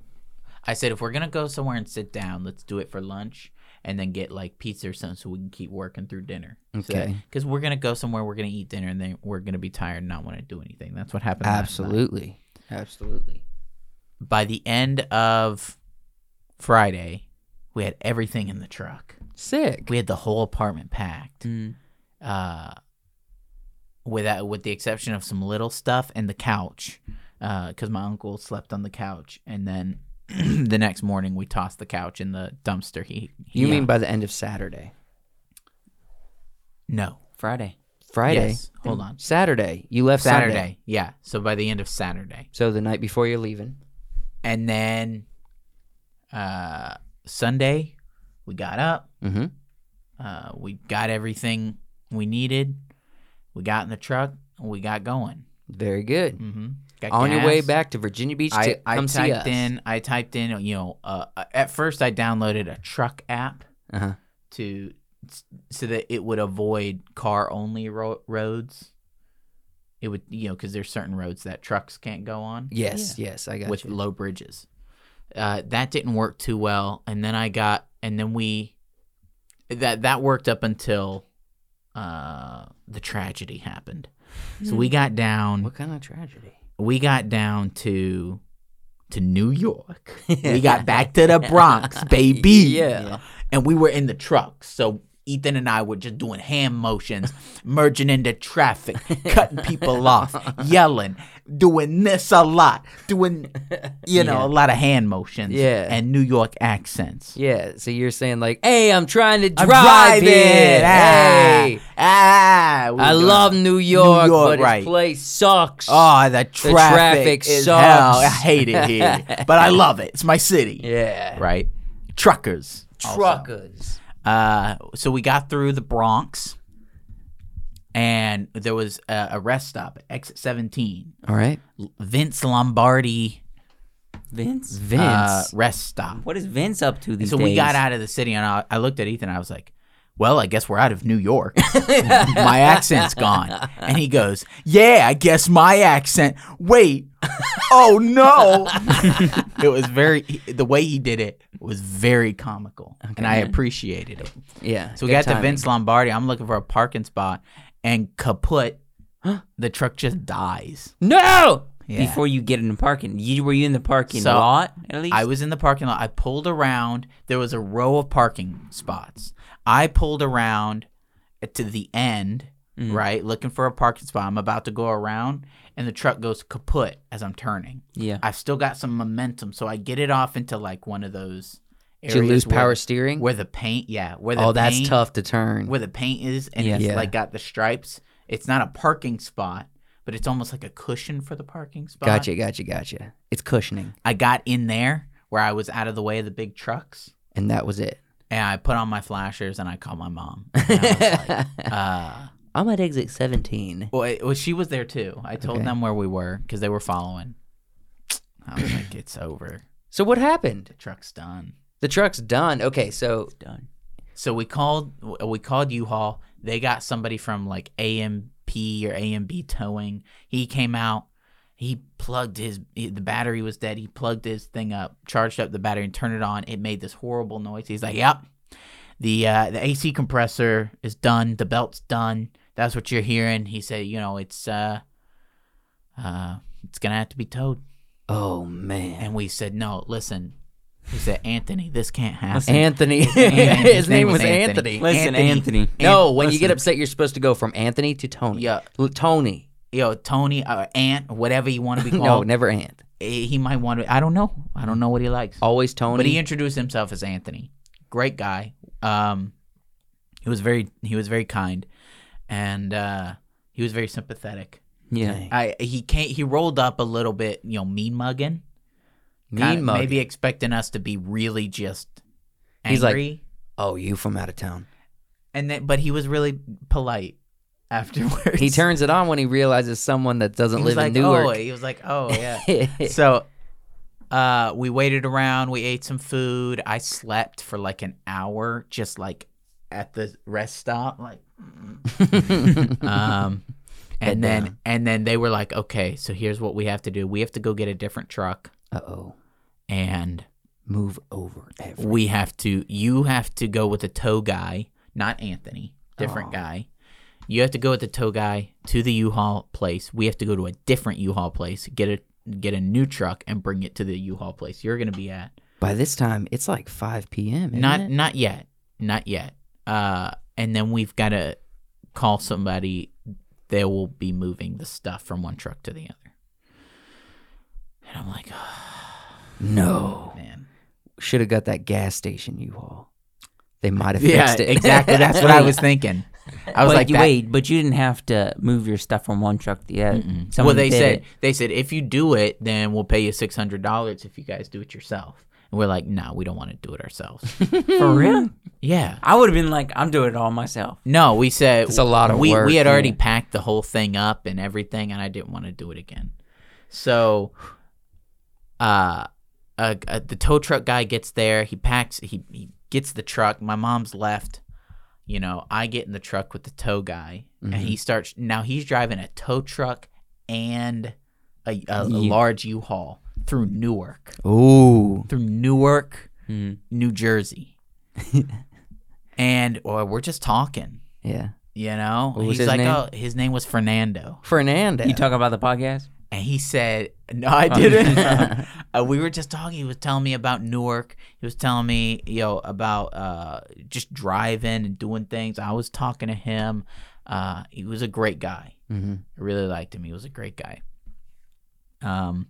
[SPEAKER 5] I said, "If we're gonna go somewhere and sit down, let's do it for lunch." And then get like pizza or something so we can keep working through dinner.
[SPEAKER 6] Okay.
[SPEAKER 5] Because we're going to go somewhere, we're going to eat dinner, and then we're going to be tired and not want to do anything. That's what happened. last night.
[SPEAKER 6] Absolutely. Absolutely.
[SPEAKER 5] by the end of Friday, we had everything in the truck.
[SPEAKER 6] Sick.
[SPEAKER 5] We had the whole apartment packed,
[SPEAKER 4] Mm.
[SPEAKER 5] uh, with with the exception of some little stuff and the couch, because my uncle slept on the couch, and then (clears throat) the next morning we tossed the couch in the dumpster. He, he- uh,
[SPEAKER 6] You mean by the end of Saturday?
[SPEAKER 5] no
[SPEAKER 4] Friday.
[SPEAKER 6] Friday.
[SPEAKER 5] Yes. Hold on,
[SPEAKER 6] Saturday. You left Mm. Saturday.
[SPEAKER 5] Saturday. Yeah, so by the end of Saturday,
[SPEAKER 6] So the night before you're leaving.
[SPEAKER 5] and then uh, Sunday we got up.
[SPEAKER 6] Mm-hmm.
[SPEAKER 5] Uh, we got everything we needed. We got in the truck. and We got going.
[SPEAKER 6] Very good.
[SPEAKER 5] Mm-hmm.
[SPEAKER 6] On your way back to Virginia Beach to
[SPEAKER 5] I, I
[SPEAKER 6] come see us.
[SPEAKER 5] typed in. I typed in. You know, uh, at first I downloaded a truck app
[SPEAKER 6] Uh-huh.
[SPEAKER 5] to so that it would avoid car only ro- roads. It would, you know, because there's certain roads that trucks can't go on
[SPEAKER 6] Yes, yes, I got
[SPEAKER 5] with
[SPEAKER 6] you.
[SPEAKER 5] low bridges. Uh, that didn't work too well, and then I got, and then we, that that worked up until uh, the tragedy happened. So
[SPEAKER 6] Hmm.
[SPEAKER 5] we got down,
[SPEAKER 6] What kind of tragedy?
[SPEAKER 5] we got down to to New York.
[SPEAKER 6] (laughs)
[SPEAKER 5] we got back to the Bronx, baby.
[SPEAKER 6] Yeah.
[SPEAKER 5] and we were in the truck, so. Ethan and I were just doing hand motions, merging into traffic, cutting people
[SPEAKER 6] (laughs)
[SPEAKER 5] off, yelling, doing this a lot, doing, you know, a lot of hand motions
[SPEAKER 6] Yeah.
[SPEAKER 5] and New York accents.
[SPEAKER 6] Yeah, so you're saying like, hey, I'm trying to drive
[SPEAKER 5] I'm driving.
[SPEAKER 6] it.
[SPEAKER 5] Ah,
[SPEAKER 6] Hey,
[SPEAKER 5] ah, we
[SPEAKER 6] I
[SPEAKER 5] were doing-
[SPEAKER 6] love New York,
[SPEAKER 5] York,
[SPEAKER 6] but
[SPEAKER 5] right.
[SPEAKER 6] this place sucks.
[SPEAKER 5] Oh, the traffic,
[SPEAKER 6] traffic
[SPEAKER 5] is
[SPEAKER 6] sucks.
[SPEAKER 5] hell.
[SPEAKER 6] (laughs)
[SPEAKER 5] I hate it here, but I love it. It's my city.
[SPEAKER 6] yeah,
[SPEAKER 5] Right. Truckers. also.
[SPEAKER 6] truckers.
[SPEAKER 5] Uh, so we got through the Bronx, and there was a, a rest stop, exit 17.
[SPEAKER 6] Uh, All right,
[SPEAKER 5] Vince Lombardi
[SPEAKER 4] Vince.
[SPEAKER 6] Vince.
[SPEAKER 5] uh, rest stop.
[SPEAKER 4] What is Vince up to these
[SPEAKER 5] so
[SPEAKER 4] days?
[SPEAKER 5] we got out of the city, and I, I looked at Ethan. I was like, "Well, I guess we're out of New
[SPEAKER 6] (laughs)
[SPEAKER 5] York. my accent's gone." And he goes, "Yeah, I guess my accent. Wait, oh
[SPEAKER 6] (laughs)
[SPEAKER 5] no!" it was very he- the way he did it was very comical, and I appreciated it.
[SPEAKER 6] yeah.
[SPEAKER 5] So we
[SPEAKER 6] good
[SPEAKER 5] got to
[SPEAKER 6] timing.
[SPEAKER 5] Vince Lombardi. I'm looking for a parking spot, and kaput, the truck just dies.
[SPEAKER 6] No.
[SPEAKER 5] Yeah.
[SPEAKER 4] before you get in the parking. You were you in the parking
[SPEAKER 5] So,
[SPEAKER 4] lot at least?
[SPEAKER 5] I was in the parking lot. I pulled around. There was a row of parking spots. I pulled around to the end,
[SPEAKER 6] Mm.
[SPEAKER 5] right, looking for a parking spot. I'm about to go around, and the truck goes kaput as I'm turning.
[SPEAKER 4] yeah.
[SPEAKER 5] I've still got some momentum, so I get it off into like one of those.
[SPEAKER 6] Did you lose
[SPEAKER 5] areas where-
[SPEAKER 6] power steering?
[SPEAKER 5] Where the paint, yeah, where the
[SPEAKER 6] oh, that's
[SPEAKER 5] paint-
[SPEAKER 6] tough to turn.
[SPEAKER 5] Where the paint is, and
[SPEAKER 4] Yeah.
[SPEAKER 5] it's
[SPEAKER 6] Yeah.
[SPEAKER 5] like got the stripes. It's not a parking spot, but it's almost like a cushion for the parking spot.
[SPEAKER 6] Gotcha, gotcha, gotcha. It's cushioning,
[SPEAKER 5] I got in there where I was out of the way of the big trucks,
[SPEAKER 6] and that was it.
[SPEAKER 5] and I put on my flashers and I called my mom. (laughs) And I was like, uh,
[SPEAKER 6] I'm at exit 17.
[SPEAKER 5] well, it, well, she was there too. I told
[SPEAKER 6] Okay.
[SPEAKER 5] them where we were because they were following. I was like, it's over.
[SPEAKER 6] So what happened?
[SPEAKER 5] The truck's done.
[SPEAKER 6] The truck's done. Okay, so
[SPEAKER 4] Done.
[SPEAKER 5] So we called. w- We called U-Haul. They got somebody from like AMP or AMB towing. He came out. He plugged his he- the battery was dead. He plugged his thing up, charged up the battery, and turned it on. It made this horrible noise. He's like, "Yep, the uh, the AC compressor is done. The belt's done. That's what you're hearing." He said, "You know, it's uh, uh, it's gonna have to be towed."
[SPEAKER 6] oh man.
[SPEAKER 5] And we said, "No, listen." He said, "Anthony, this can't happen."
[SPEAKER 6] Anthony. (laughs)
[SPEAKER 5] name-
[SPEAKER 6] His, name was Anthony.
[SPEAKER 4] Listen, Anthony.
[SPEAKER 6] No, when you
[SPEAKER 5] listen.
[SPEAKER 6] get upset, you're supposed to go from Anthony to Tony.
[SPEAKER 5] Yeah.
[SPEAKER 6] L- Tony.
[SPEAKER 5] yo, Tony or Ant, whatever you want to be called.
[SPEAKER 6] (laughs) No, never Ant.
[SPEAKER 5] Eh, He might want to. I don't know. I don't know what he likes.
[SPEAKER 6] Always Tony.
[SPEAKER 5] but he introduced himself as Anthony. Great guy. Um, he was very he was very kind, and uh, he was very sympathetic.
[SPEAKER 4] Yeah.
[SPEAKER 6] Dang.
[SPEAKER 5] I he came he rolled up a little bit, you know, mean mugging,
[SPEAKER 6] mean mug.
[SPEAKER 5] maybe expecting us to be really just angry.
[SPEAKER 6] He's like- Oh, you from out of town.
[SPEAKER 5] and then but he was really polite (laughs) afterwards.
[SPEAKER 6] He turns it on when he realizes someone that doesn't
[SPEAKER 5] He was
[SPEAKER 6] live
[SPEAKER 5] like,
[SPEAKER 6] in
[SPEAKER 5] oh,
[SPEAKER 6] Newark.
[SPEAKER 5] he was like, oh yeah.
[SPEAKER 6] (laughs)
[SPEAKER 5] so uh we waited around we ate some food i slept for like an hour just like at the rest stop like um and then
[SPEAKER 6] down.
[SPEAKER 5] and then they were like okay so here's what we have to do we have to go get a different truck
[SPEAKER 6] uh oh.
[SPEAKER 5] and
[SPEAKER 6] Move over. Everett.
[SPEAKER 5] we have to you have to go with the tow guy not anthony different
[SPEAKER 6] Aw.
[SPEAKER 5] guy you have to go with the tow guy to the u-haul place we have to go to a different u-haul place get a get a new truck and bring it to the u-haul place you're gonna be at
[SPEAKER 6] By this time, it's like 5 p.m. isn't
[SPEAKER 5] not
[SPEAKER 6] it?
[SPEAKER 5] not yet not yet uh and then we've got to call somebody that will be moving the stuff from one truck to the other and i'm like oh
[SPEAKER 6] No.
[SPEAKER 5] man
[SPEAKER 6] Should have got that gas station U-Haul. They might have
[SPEAKER 5] yeah
[SPEAKER 6] fixed it.
[SPEAKER 5] exactly that's
[SPEAKER 6] (laughs)
[SPEAKER 5] what i was thinking i was
[SPEAKER 4] but
[SPEAKER 5] like
[SPEAKER 4] you,
[SPEAKER 5] that-
[SPEAKER 4] wait, but you didn't have to move your stuff from one truck to the other.
[SPEAKER 5] well,
[SPEAKER 4] Someone
[SPEAKER 5] they
[SPEAKER 4] did
[SPEAKER 5] said
[SPEAKER 4] it.
[SPEAKER 5] they said if you do it, then we'll pay you six hundred dollars if you guys do it yourself. And we're like, no, we don't want to do
[SPEAKER 4] (laughs)
[SPEAKER 5] it ourselves. "Hmm."
[SPEAKER 4] for real.
[SPEAKER 5] yeah.
[SPEAKER 4] I would have been like, I'm doing it all myself.
[SPEAKER 5] No, we said
[SPEAKER 6] It's a lot of
[SPEAKER 5] we,
[SPEAKER 6] work,
[SPEAKER 5] We had already
[SPEAKER 6] yeah.
[SPEAKER 5] packed the whole thing up and everything, and I didn't want to do it again. So, uh, uh, uh, the tow truck guy gets there. He packs. He he gets the truck. My mom's left. You know, I get in the truck with the tow guy, and
[SPEAKER 6] Mm-hmm.
[SPEAKER 5] he starts. Now he's driving a tow truck and a, a, a
[SPEAKER 4] Yeah.
[SPEAKER 5] large U-Haul through Newark,
[SPEAKER 6] Ooh.
[SPEAKER 5] through Newark,
[SPEAKER 6] Mm-hmm.
[SPEAKER 4] Mm.
[SPEAKER 5] New
[SPEAKER 6] (laughs)
[SPEAKER 5] Jersey, and well, we're just talking.
[SPEAKER 6] Yeah.
[SPEAKER 5] You know,
[SPEAKER 6] What was
[SPEAKER 5] he's
[SPEAKER 6] his
[SPEAKER 5] like,
[SPEAKER 6] name?
[SPEAKER 5] oh, his name was Fernando,
[SPEAKER 6] Fernando.
[SPEAKER 4] You talking about the podcast?
[SPEAKER 5] and he said, no,
[SPEAKER 6] Oh,
[SPEAKER 5] I didn't.
[SPEAKER 6] (laughs)
[SPEAKER 5] uh, we were just talking. He was telling me about Newark. He was telling me, you know, about uh, just driving and doing things. I was talking to him. Uh, he was a great guy.
[SPEAKER 6] Mhm.
[SPEAKER 5] I really liked him. He was a great guy. Um,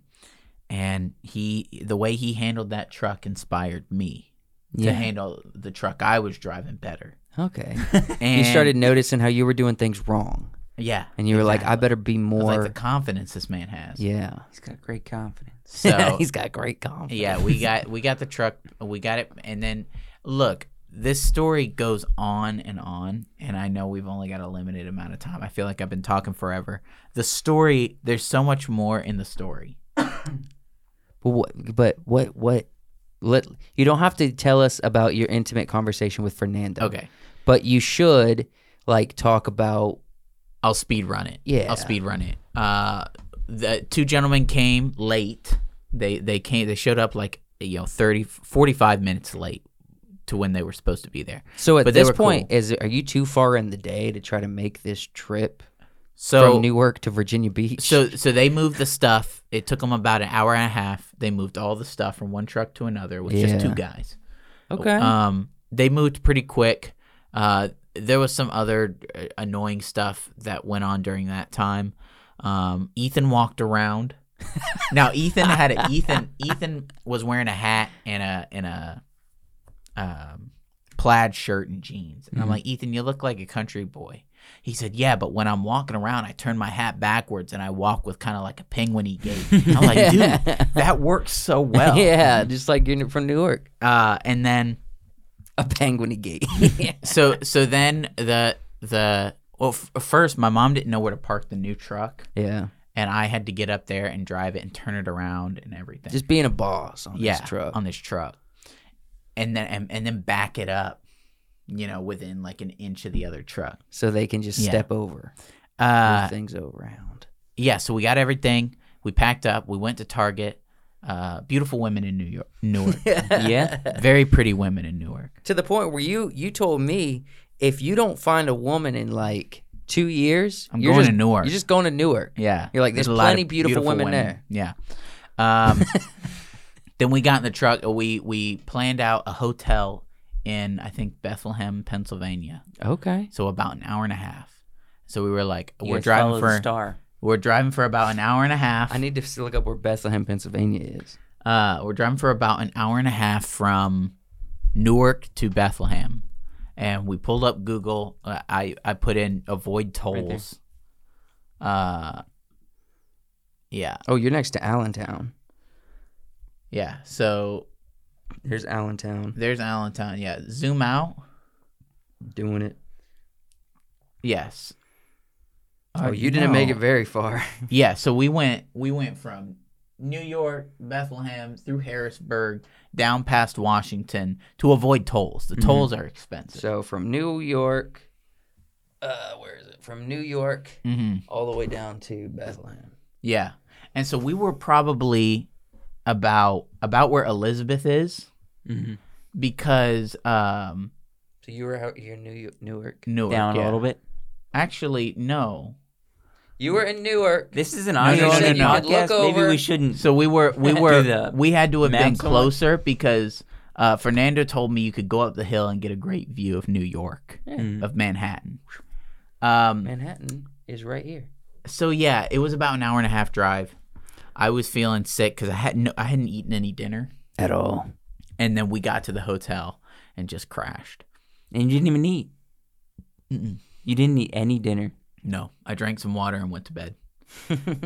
[SPEAKER 5] and he, the way he handled that truck inspired me
[SPEAKER 4] Yeah.
[SPEAKER 5] to handle the truck I was driving better. (laughs)
[SPEAKER 6] Okay.
[SPEAKER 5] And
[SPEAKER 6] you started noticing how you were doing things wrong.
[SPEAKER 5] yeah,
[SPEAKER 6] And you were like, I
[SPEAKER 5] exactly.
[SPEAKER 6] better be
[SPEAKER 5] It was
[SPEAKER 6] more.
[SPEAKER 5] like the confidence this man has.
[SPEAKER 6] yeah.
[SPEAKER 4] He's got great
[SPEAKER 6] (laughs)
[SPEAKER 4] confidence.
[SPEAKER 5] So
[SPEAKER 6] He's got great confidence.
[SPEAKER 5] yeah,
[SPEAKER 6] (laughs)
[SPEAKER 5] we got we got the truck, we got it, and then look, this story goes on and on, and I know we've only got a limited amount of time. I feel like I've been talking forever. The story, there's so much more in the story,
[SPEAKER 6] But what? But what? What? Let you don't have to tell us about your intimate conversation with Fernando.
[SPEAKER 5] Okay.
[SPEAKER 6] But you should like talk about
[SPEAKER 5] I'll speed run it.
[SPEAKER 6] Yeah.
[SPEAKER 5] I'll speed run it. Uh, the two gentlemen came late. They they came they showed up like you know 30 45 minutes late to when they were supposed to be there.
[SPEAKER 6] So at
[SPEAKER 5] But they
[SPEAKER 6] this
[SPEAKER 5] were
[SPEAKER 6] point,
[SPEAKER 5] cool.
[SPEAKER 6] is are you too far in the day to try to make this trip
[SPEAKER 5] So
[SPEAKER 6] from Newark to Virginia Beach?
[SPEAKER 5] so so they moved the stuff. It took them about an hour and a half. They moved all the stuff from one truck to another with
[SPEAKER 6] Yeah.
[SPEAKER 5] just two guys.
[SPEAKER 6] okay, (laughs)
[SPEAKER 5] Um, they moved pretty quick. Uh, there was some other uh, annoying stuff that went on during that time. Um, Ethan walked
[SPEAKER 6] (laughs)
[SPEAKER 5] around. now Ethan had a Ethan Ethan was wearing a hat and a and a um, plaid shirt and jeans. And
[SPEAKER 6] Mm-hmm.
[SPEAKER 5] I'm like, Ethan, you look like a country boy. He said, Yeah, but when I'm walking around, I turn my hat backwards and I walk with kind of like a penguiny gait. I'm
[SPEAKER 6] (laughs)
[SPEAKER 5] like, dude, that works so well.
[SPEAKER 6] yeah, just like you're from Newark,
[SPEAKER 5] Uh, and then
[SPEAKER 6] a penguin
[SPEAKER 5] (laughs)
[SPEAKER 6] gate. (laughs)
[SPEAKER 5] so so then the the well f- first my mom didn't know where to park the new truck
[SPEAKER 6] yeah,
[SPEAKER 5] and I had to get up there and drive it and turn it around and everything.
[SPEAKER 6] just being a boss on
[SPEAKER 5] yeah,
[SPEAKER 6] this truck.
[SPEAKER 5] on this truck, and then and, and then back it up, you know, within like an inch of the other truck.
[SPEAKER 6] so they can just
[SPEAKER 5] Yeah.
[SPEAKER 6] step over move
[SPEAKER 5] Uh, (laughs)
[SPEAKER 6] things around.
[SPEAKER 5] yeah. So we got everything. We packed up. We went to Target. Uh, beautiful women in New York,
[SPEAKER 6] (laughs)
[SPEAKER 5] Newark. yeah, very pretty women in Newark.
[SPEAKER 6] To the point where you you told me if you don't find a woman in like two years,
[SPEAKER 5] I'm
[SPEAKER 6] you're
[SPEAKER 5] going
[SPEAKER 6] just-
[SPEAKER 5] to Newark.
[SPEAKER 6] You're just going to Newark.
[SPEAKER 5] Yeah.
[SPEAKER 6] You're like, there's
[SPEAKER 5] a lot of
[SPEAKER 6] plenty beautiful women there.
[SPEAKER 5] Yeah.
[SPEAKER 6] (laughs)
[SPEAKER 5] Um, then we got in the truck. uh, We we planned out a hotel in I think Bethlehem, Pennsylvania.
[SPEAKER 6] Okay.
[SPEAKER 5] So about an hour and a half. So we were like,
[SPEAKER 4] You
[SPEAKER 5] (laughs) we're
[SPEAKER 4] guys
[SPEAKER 5] driving
[SPEAKER 4] follow the
[SPEAKER 5] for
[SPEAKER 4] star.
[SPEAKER 5] we're driving for about an hour and a half.
[SPEAKER 6] I need to s- look up where Bethlehem, Pennsylvania is.
[SPEAKER 5] uh, we're driving for about an hour and a half from Newark to Bethlehem, and we pulled up Google. Uh, I I put in avoid tolls. uh, yeah,
[SPEAKER 6] Oh, you're next to Allentown.
[SPEAKER 5] yeah. So
[SPEAKER 6] Here's Allentown
[SPEAKER 5] There's Allentown. Yeah. Zoom out.
[SPEAKER 6] doing it.
[SPEAKER 5] Yes.
[SPEAKER 6] Oh,
[SPEAKER 5] Uh,
[SPEAKER 6] you didn't make
[SPEAKER 5] no.
[SPEAKER 6] it very far. (laughs)
[SPEAKER 5] Yeah. So we went. We went from New York, Bethlehem, through Harrisburg, down past Washington to avoid tolls. The tolls are expensive.
[SPEAKER 6] Mm-hmm. So from New York, uh, where is it? From New York
[SPEAKER 5] hmm
[SPEAKER 6] all the way down to Bethlehem.
[SPEAKER 5] Yeah. And so we were probably about about where Elizabeth is
[SPEAKER 6] Mm-hmm.
[SPEAKER 4] Mhm.
[SPEAKER 5] because um
[SPEAKER 6] So you were out here in New York, Newark.
[SPEAKER 5] Newark
[SPEAKER 4] Down
[SPEAKER 5] yeah.
[SPEAKER 4] a little bit.
[SPEAKER 5] Actually, no.
[SPEAKER 6] You were in Newark.
[SPEAKER 4] This is an
[SPEAKER 5] no,
[SPEAKER 4] audio
[SPEAKER 5] no, no, no.
[SPEAKER 4] podcast.
[SPEAKER 6] Look
[SPEAKER 4] Maybe
[SPEAKER 6] over.
[SPEAKER 4] we shouldn't.
[SPEAKER 5] So we were we
[SPEAKER 4] Do
[SPEAKER 5] were
[SPEAKER 4] the
[SPEAKER 5] we had to have been
[SPEAKER 4] maps on it?
[SPEAKER 5] closer because uh, Fernando told me you could go up the hill and get a great view of New York
[SPEAKER 4] Mm.
[SPEAKER 5] of Manhattan. Um,
[SPEAKER 6] Manhattan is right here.
[SPEAKER 5] so yeah, it was about an hour and a half drive. I was feeling sick because I hadn't I hadn't eaten any dinner,
[SPEAKER 6] At all.
[SPEAKER 5] and then we got to the hotel and just crashed.
[SPEAKER 4] And you didn't even eat. You didn't eat any dinner.
[SPEAKER 5] No, I drank some water and went to bed.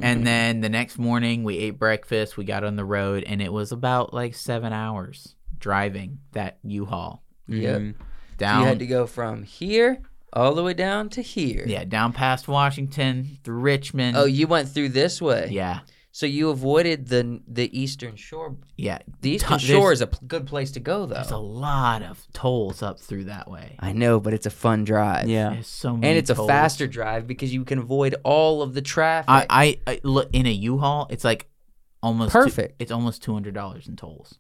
[SPEAKER 5] and then the next morning, we ate breakfast. We got on the road, and it was about like seven hours driving that U-Haul
[SPEAKER 6] Yep.
[SPEAKER 5] Mm-hmm.
[SPEAKER 4] Mhm.
[SPEAKER 5] down.
[SPEAKER 6] So you had to go from here all the way down to here.
[SPEAKER 5] Yeah, down past Washington through Richmond.
[SPEAKER 6] Oh, you went through this way.
[SPEAKER 5] yeah,
[SPEAKER 6] So you avoided the the eastern shore.
[SPEAKER 5] yeah.
[SPEAKER 6] The eastern
[SPEAKER 5] Tu-
[SPEAKER 6] shore
[SPEAKER 5] there's-
[SPEAKER 6] is a p- good place to go, though.
[SPEAKER 5] There's a lot of tolls up through that way.
[SPEAKER 6] I know, but it's a fun drive.
[SPEAKER 4] Yeah.
[SPEAKER 5] There's so many,
[SPEAKER 6] Uh-huh. And it's a
[SPEAKER 5] tolls.
[SPEAKER 6] faster drive because you can avoid all of the traffic.
[SPEAKER 5] I, I, I look in a U-Haul. It's like almost two-
[SPEAKER 6] Perfect.
[SPEAKER 5] it's almost two hundred dollars in
[SPEAKER 6] (laughs)
[SPEAKER 5] tolls.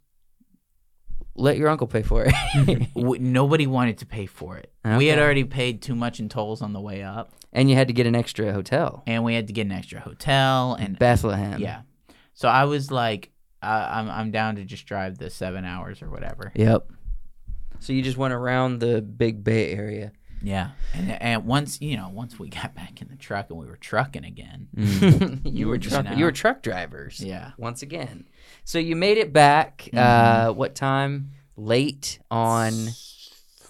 [SPEAKER 6] Let your uncle pay for it. (laughs)
[SPEAKER 5] W nobody wanted to pay for it. We had
[SPEAKER 6] Okay.
[SPEAKER 5] already paid too much in tolls on the way up,
[SPEAKER 6] and you had to get an extra hotel.
[SPEAKER 5] and we had to get an extra hotel and
[SPEAKER 6] Bethlehem.
[SPEAKER 5] yeah. So I was like, I, I'm I'm down to just drive the seven hours or whatever.
[SPEAKER 6] Yep. So you just went around the Big Bay Area.
[SPEAKER 5] Yeah, and and once you know, once we got back in the truck and we were trucking again.
[SPEAKER 6] Mm. (laughs) you were
[SPEAKER 5] just
[SPEAKER 6] truck.
[SPEAKER 5] now.
[SPEAKER 6] You were truck drivers.
[SPEAKER 5] Yeah,
[SPEAKER 6] Once again. So you made it back.
[SPEAKER 5] Mm-hmm.
[SPEAKER 6] Uh, what time? Late on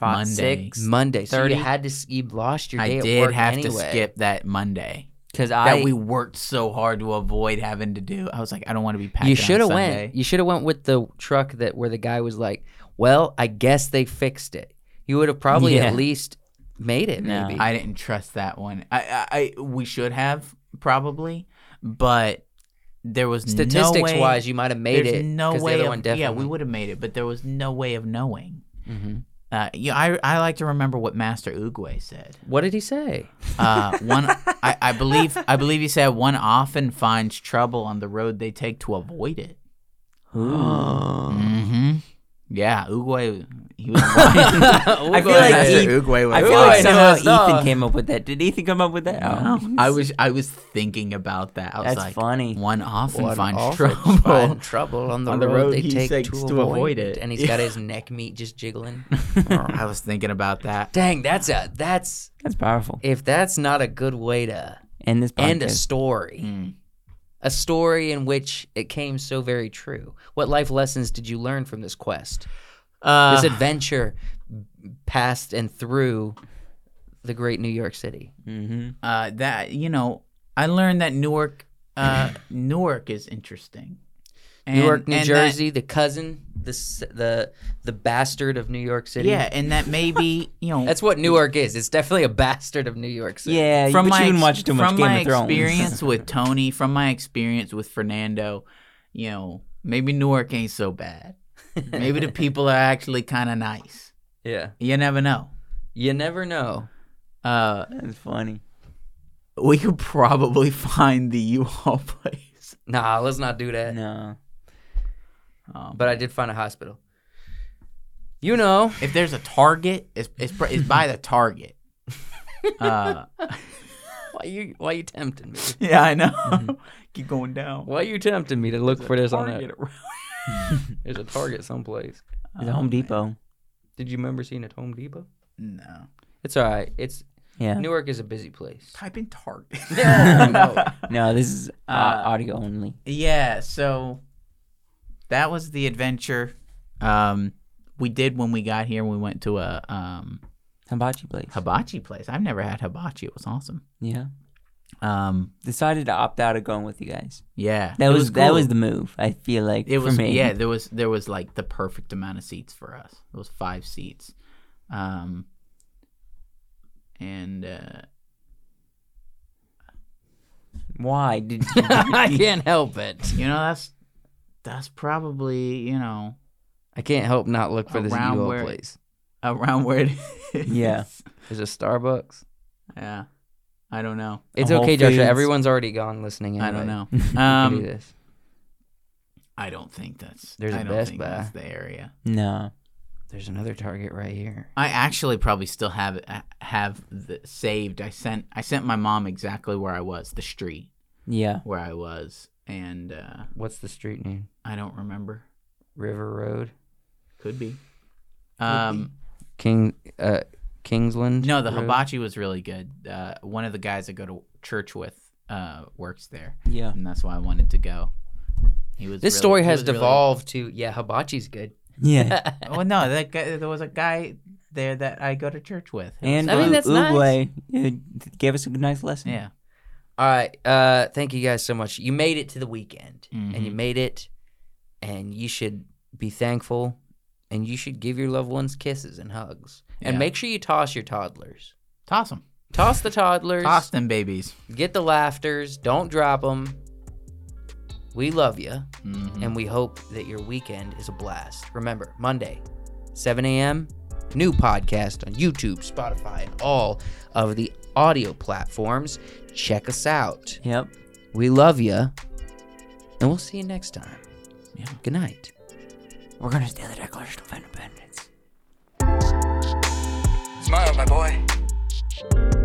[SPEAKER 5] Monday.
[SPEAKER 6] six, Monday. So you
[SPEAKER 4] 30?
[SPEAKER 6] had to. s- You lost your day.
[SPEAKER 5] I
[SPEAKER 6] at
[SPEAKER 5] did
[SPEAKER 6] work
[SPEAKER 5] have to
[SPEAKER 6] anyway.
[SPEAKER 5] skip that Monday
[SPEAKER 4] Because
[SPEAKER 5] that
[SPEAKER 4] I
[SPEAKER 5] we worked so hard to avoid having to do. I was like, I don't want to be packing.
[SPEAKER 6] You
[SPEAKER 5] on
[SPEAKER 6] should have
[SPEAKER 5] Sunday.
[SPEAKER 6] went. You should have went with the truck that where the guy was like, "Well, I guess they fixed it." You would have probably
[SPEAKER 4] Yeah.
[SPEAKER 6] at least made it.
[SPEAKER 4] No.
[SPEAKER 6] Maybe.
[SPEAKER 5] I didn't trust that one. I, I, I we should have probably, but there was no
[SPEAKER 6] Statistics
[SPEAKER 5] way-
[SPEAKER 6] wise, you might have made
[SPEAKER 5] there's
[SPEAKER 6] it.
[SPEAKER 5] No
[SPEAKER 6] 'cause
[SPEAKER 5] way.
[SPEAKER 6] The other
[SPEAKER 5] of,
[SPEAKER 6] one
[SPEAKER 5] yeah,
[SPEAKER 6] definitely.
[SPEAKER 5] we would have made it, but there was no way of knowing.
[SPEAKER 6] Mhm.
[SPEAKER 5] Uh, yeah, I I like to remember what Master Oogway said.
[SPEAKER 6] What did he say?
[SPEAKER 5] Uh, one, I, I believe, I believe he said one often finds trouble on the road they take to avoid it. (gasps) Mm-hmm. Yeah, Oogway, he was. lying.
[SPEAKER 6] (laughs)
[SPEAKER 4] I feel like
[SPEAKER 5] Master
[SPEAKER 4] he-
[SPEAKER 5] Oogway was
[SPEAKER 4] I feel
[SPEAKER 5] lying.
[SPEAKER 4] like somehow
[SPEAKER 6] knows, no.
[SPEAKER 4] Ethan came up with that. Did Ethan come up with that?
[SPEAKER 5] No,
[SPEAKER 4] Oh.
[SPEAKER 5] I was I was thinking about that. I was
[SPEAKER 4] That's
[SPEAKER 5] like,
[SPEAKER 4] funny.
[SPEAKER 5] One often
[SPEAKER 6] One
[SPEAKER 5] finds
[SPEAKER 6] often
[SPEAKER 5] trouble. (laughs)
[SPEAKER 6] find trouble on the,
[SPEAKER 5] On the
[SPEAKER 6] road,
[SPEAKER 5] road
[SPEAKER 6] they
[SPEAKER 5] he
[SPEAKER 6] take
[SPEAKER 5] takes
[SPEAKER 6] to,
[SPEAKER 5] to
[SPEAKER 6] avoid
[SPEAKER 5] avoid
[SPEAKER 6] it.
[SPEAKER 5] it.
[SPEAKER 6] And he's got his neck meat just jiggling.
[SPEAKER 5] I was thinking about that.
[SPEAKER 6] Dang, that's a that's
[SPEAKER 4] That's powerful.
[SPEAKER 6] if that's not a good way to
[SPEAKER 4] And this podcast.
[SPEAKER 6] end a story. A story in which it came so very true. What life lessons did you learn from this quest?
[SPEAKER 5] Uh,
[SPEAKER 6] This adventure past and through the great New York City.
[SPEAKER 4] mm-hmm.
[SPEAKER 5] uh, that you know, I learned that Newark, uh, Newark is interesting. And,
[SPEAKER 6] Newark, New
[SPEAKER 5] and that-
[SPEAKER 6] Jersey, the cousin, the s- the the bastard of New York City.
[SPEAKER 5] yeah, and that maybe you know
[SPEAKER 6] (laughs) That's what Newark is. It's definitely a bastard of New York City.
[SPEAKER 4] Yeah,
[SPEAKER 5] from
[SPEAKER 4] but
[SPEAKER 5] my
[SPEAKER 4] you didn't
[SPEAKER 5] ex-
[SPEAKER 4] watch too much
[SPEAKER 5] from
[SPEAKER 4] Game
[SPEAKER 5] my
[SPEAKER 4] of Thrones. (laughs)
[SPEAKER 5] experience with Tony, from my experience with Fernando, you know, maybe Newark ain't so bad. Maybe the people are actually kind of nice.
[SPEAKER 6] Yeah.
[SPEAKER 5] You never know.
[SPEAKER 6] You never know.
[SPEAKER 5] Uh,
[SPEAKER 4] That's funny.
[SPEAKER 5] we could probably (laughs) find the U-Haul place.
[SPEAKER 6] Nah, let's not do that.
[SPEAKER 4] No.
[SPEAKER 5] Um,
[SPEAKER 6] But I did find a hospital. You know,
[SPEAKER 5] if there's a Target, it's it's, pr- it's by the (laughs) Target. Uh,
[SPEAKER 6] why you why you tempting me?
[SPEAKER 5] yeah, I know. (laughs) Keep going down.
[SPEAKER 6] Why you tempting me to look for this on
[SPEAKER 5] Target
[SPEAKER 6] that? There's a Target someplace.
[SPEAKER 4] It's a Home Depot.
[SPEAKER 6] Did you remember seeing it Home Depot?
[SPEAKER 5] No.
[SPEAKER 6] It's all right. It's
[SPEAKER 4] Yeah.
[SPEAKER 6] Newark is a busy place.
[SPEAKER 5] Type in (laughs) Target.
[SPEAKER 4] (laughs) No, this is uh,
[SPEAKER 5] Uh,
[SPEAKER 4] audio only.
[SPEAKER 5] Yeah, so that was the adventure um, we did when we got here. We went to a um,
[SPEAKER 4] Hibachi place.
[SPEAKER 5] hibachi place. I've never had hibachi. It was awesome.
[SPEAKER 4] Yeah.
[SPEAKER 5] Um,
[SPEAKER 4] Decided to opt out of going with you guys.
[SPEAKER 5] yeah,
[SPEAKER 4] That
[SPEAKER 5] it
[SPEAKER 4] was, that
[SPEAKER 5] cool.
[SPEAKER 4] was the move. I feel like
[SPEAKER 5] it
[SPEAKER 4] for
[SPEAKER 5] was
[SPEAKER 4] me.
[SPEAKER 5] yeah there was there was like the perfect amount of seats for us it was five seats um and uh
[SPEAKER 4] Why did
[SPEAKER 6] I can't help it.
[SPEAKER 5] you know that's that's probably you know
[SPEAKER 6] I can't help not look for this
[SPEAKER 5] Around
[SPEAKER 6] UO
[SPEAKER 5] where-
[SPEAKER 6] place.
[SPEAKER 5] around where it is (laughs)
[SPEAKER 4] Yeah.
[SPEAKER 6] There's a Starbucks.
[SPEAKER 5] yeah i don't know
[SPEAKER 6] It's
[SPEAKER 4] Whole
[SPEAKER 6] okay, Joshua.
[SPEAKER 4] Foods.
[SPEAKER 6] Everyone's already gone listening.
[SPEAKER 5] i don't
[SPEAKER 6] anyway.
[SPEAKER 4] (laughs)
[SPEAKER 5] know
[SPEAKER 6] We can do
[SPEAKER 5] um
[SPEAKER 6] this.
[SPEAKER 5] i don't think that's
[SPEAKER 6] There's a
[SPEAKER 5] i don't
[SPEAKER 6] Best
[SPEAKER 5] think
[SPEAKER 6] Buy.
[SPEAKER 5] that's the area
[SPEAKER 4] no.
[SPEAKER 6] There's another Target right here.
[SPEAKER 5] i actually probably still have it have the saved i sent i sent my mom exactly where i was the street
[SPEAKER 4] Yeah.
[SPEAKER 5] where i was and uh
[SPEAKER 6] What's the street name?
[SPEAKER 5] i don't remember
[SPEAKER 6] River Road,
[SPEAKER 5] Could be. Um,
[SPEAKER 6] King, uh, Kingsland.
[SPEAKER 5] no, the
[SPEAKER 6] Road?
[SPEAKER 5] hibachi was really good. Uh, one of the guys I go to church with uh, works there,
[SPEAKER 4] Yeah.
[SPEAKER 5] and that's why I wanted to go. He was.
[SPEAKER 6] This
[SPEAKER 5] really-
[SPEAKER 6] story
[SPEAKER 5] he
[SPEAKER 6] has
[SPEAKER 5] was really-
[SPEAKER 6] devolved to yeah, hibachi's good. (laughs) Uh,
[SPEAKER 4] Yeah.
[SPEAKER 5] well, no, that guy, there was a guy there that I go to church with. It was
[SPEAKER 4] And
[SPEAKER 6] I mean,
[SPEAKER 5] fun.
[SPEAKER 6] that's nice.
[SPEAKER 4] Uruguay it gave us a nice lesson.
[SPEAKER 5] yeah,
[SPEAKER 6] All right, uh, thank you guys so much. You made it to the weekend, and you
[SPEAKER 5] Mhm.
[SPEAKER 6] made it, and you should be thankful, and you should give your loved ones kisses and hugs, and
[SPEAKER 5] Yeah.
[SPEAKER 6] make sure you toss your toddlers.
[SPEAKER 5] toss them,
[SPEAKER 6] Toss the toddlers.
[SPEAKER 5] toss them, babies.
[SPEAKER 6] Get the laughters. Don't drop them. We love you.
[SPEAKER 5] Mhm.
[SPEAKER 6] and we hope that your weekend is a blast. Remember, Monday, 7 a.m., new podcast on YouTube, Spotify, and all of the audio platforms. Check us out.
[SPEAKER 4] Yep.
[SPEAKER 6] We love you, and we'll see you next time.
[SPEAKER 5] Yeah.
[SPEAKER 6] Good night.
[SPEAKER 4] We're going to steal the Declaration of Independence.
[SPEAKER 3] Smile, my boy.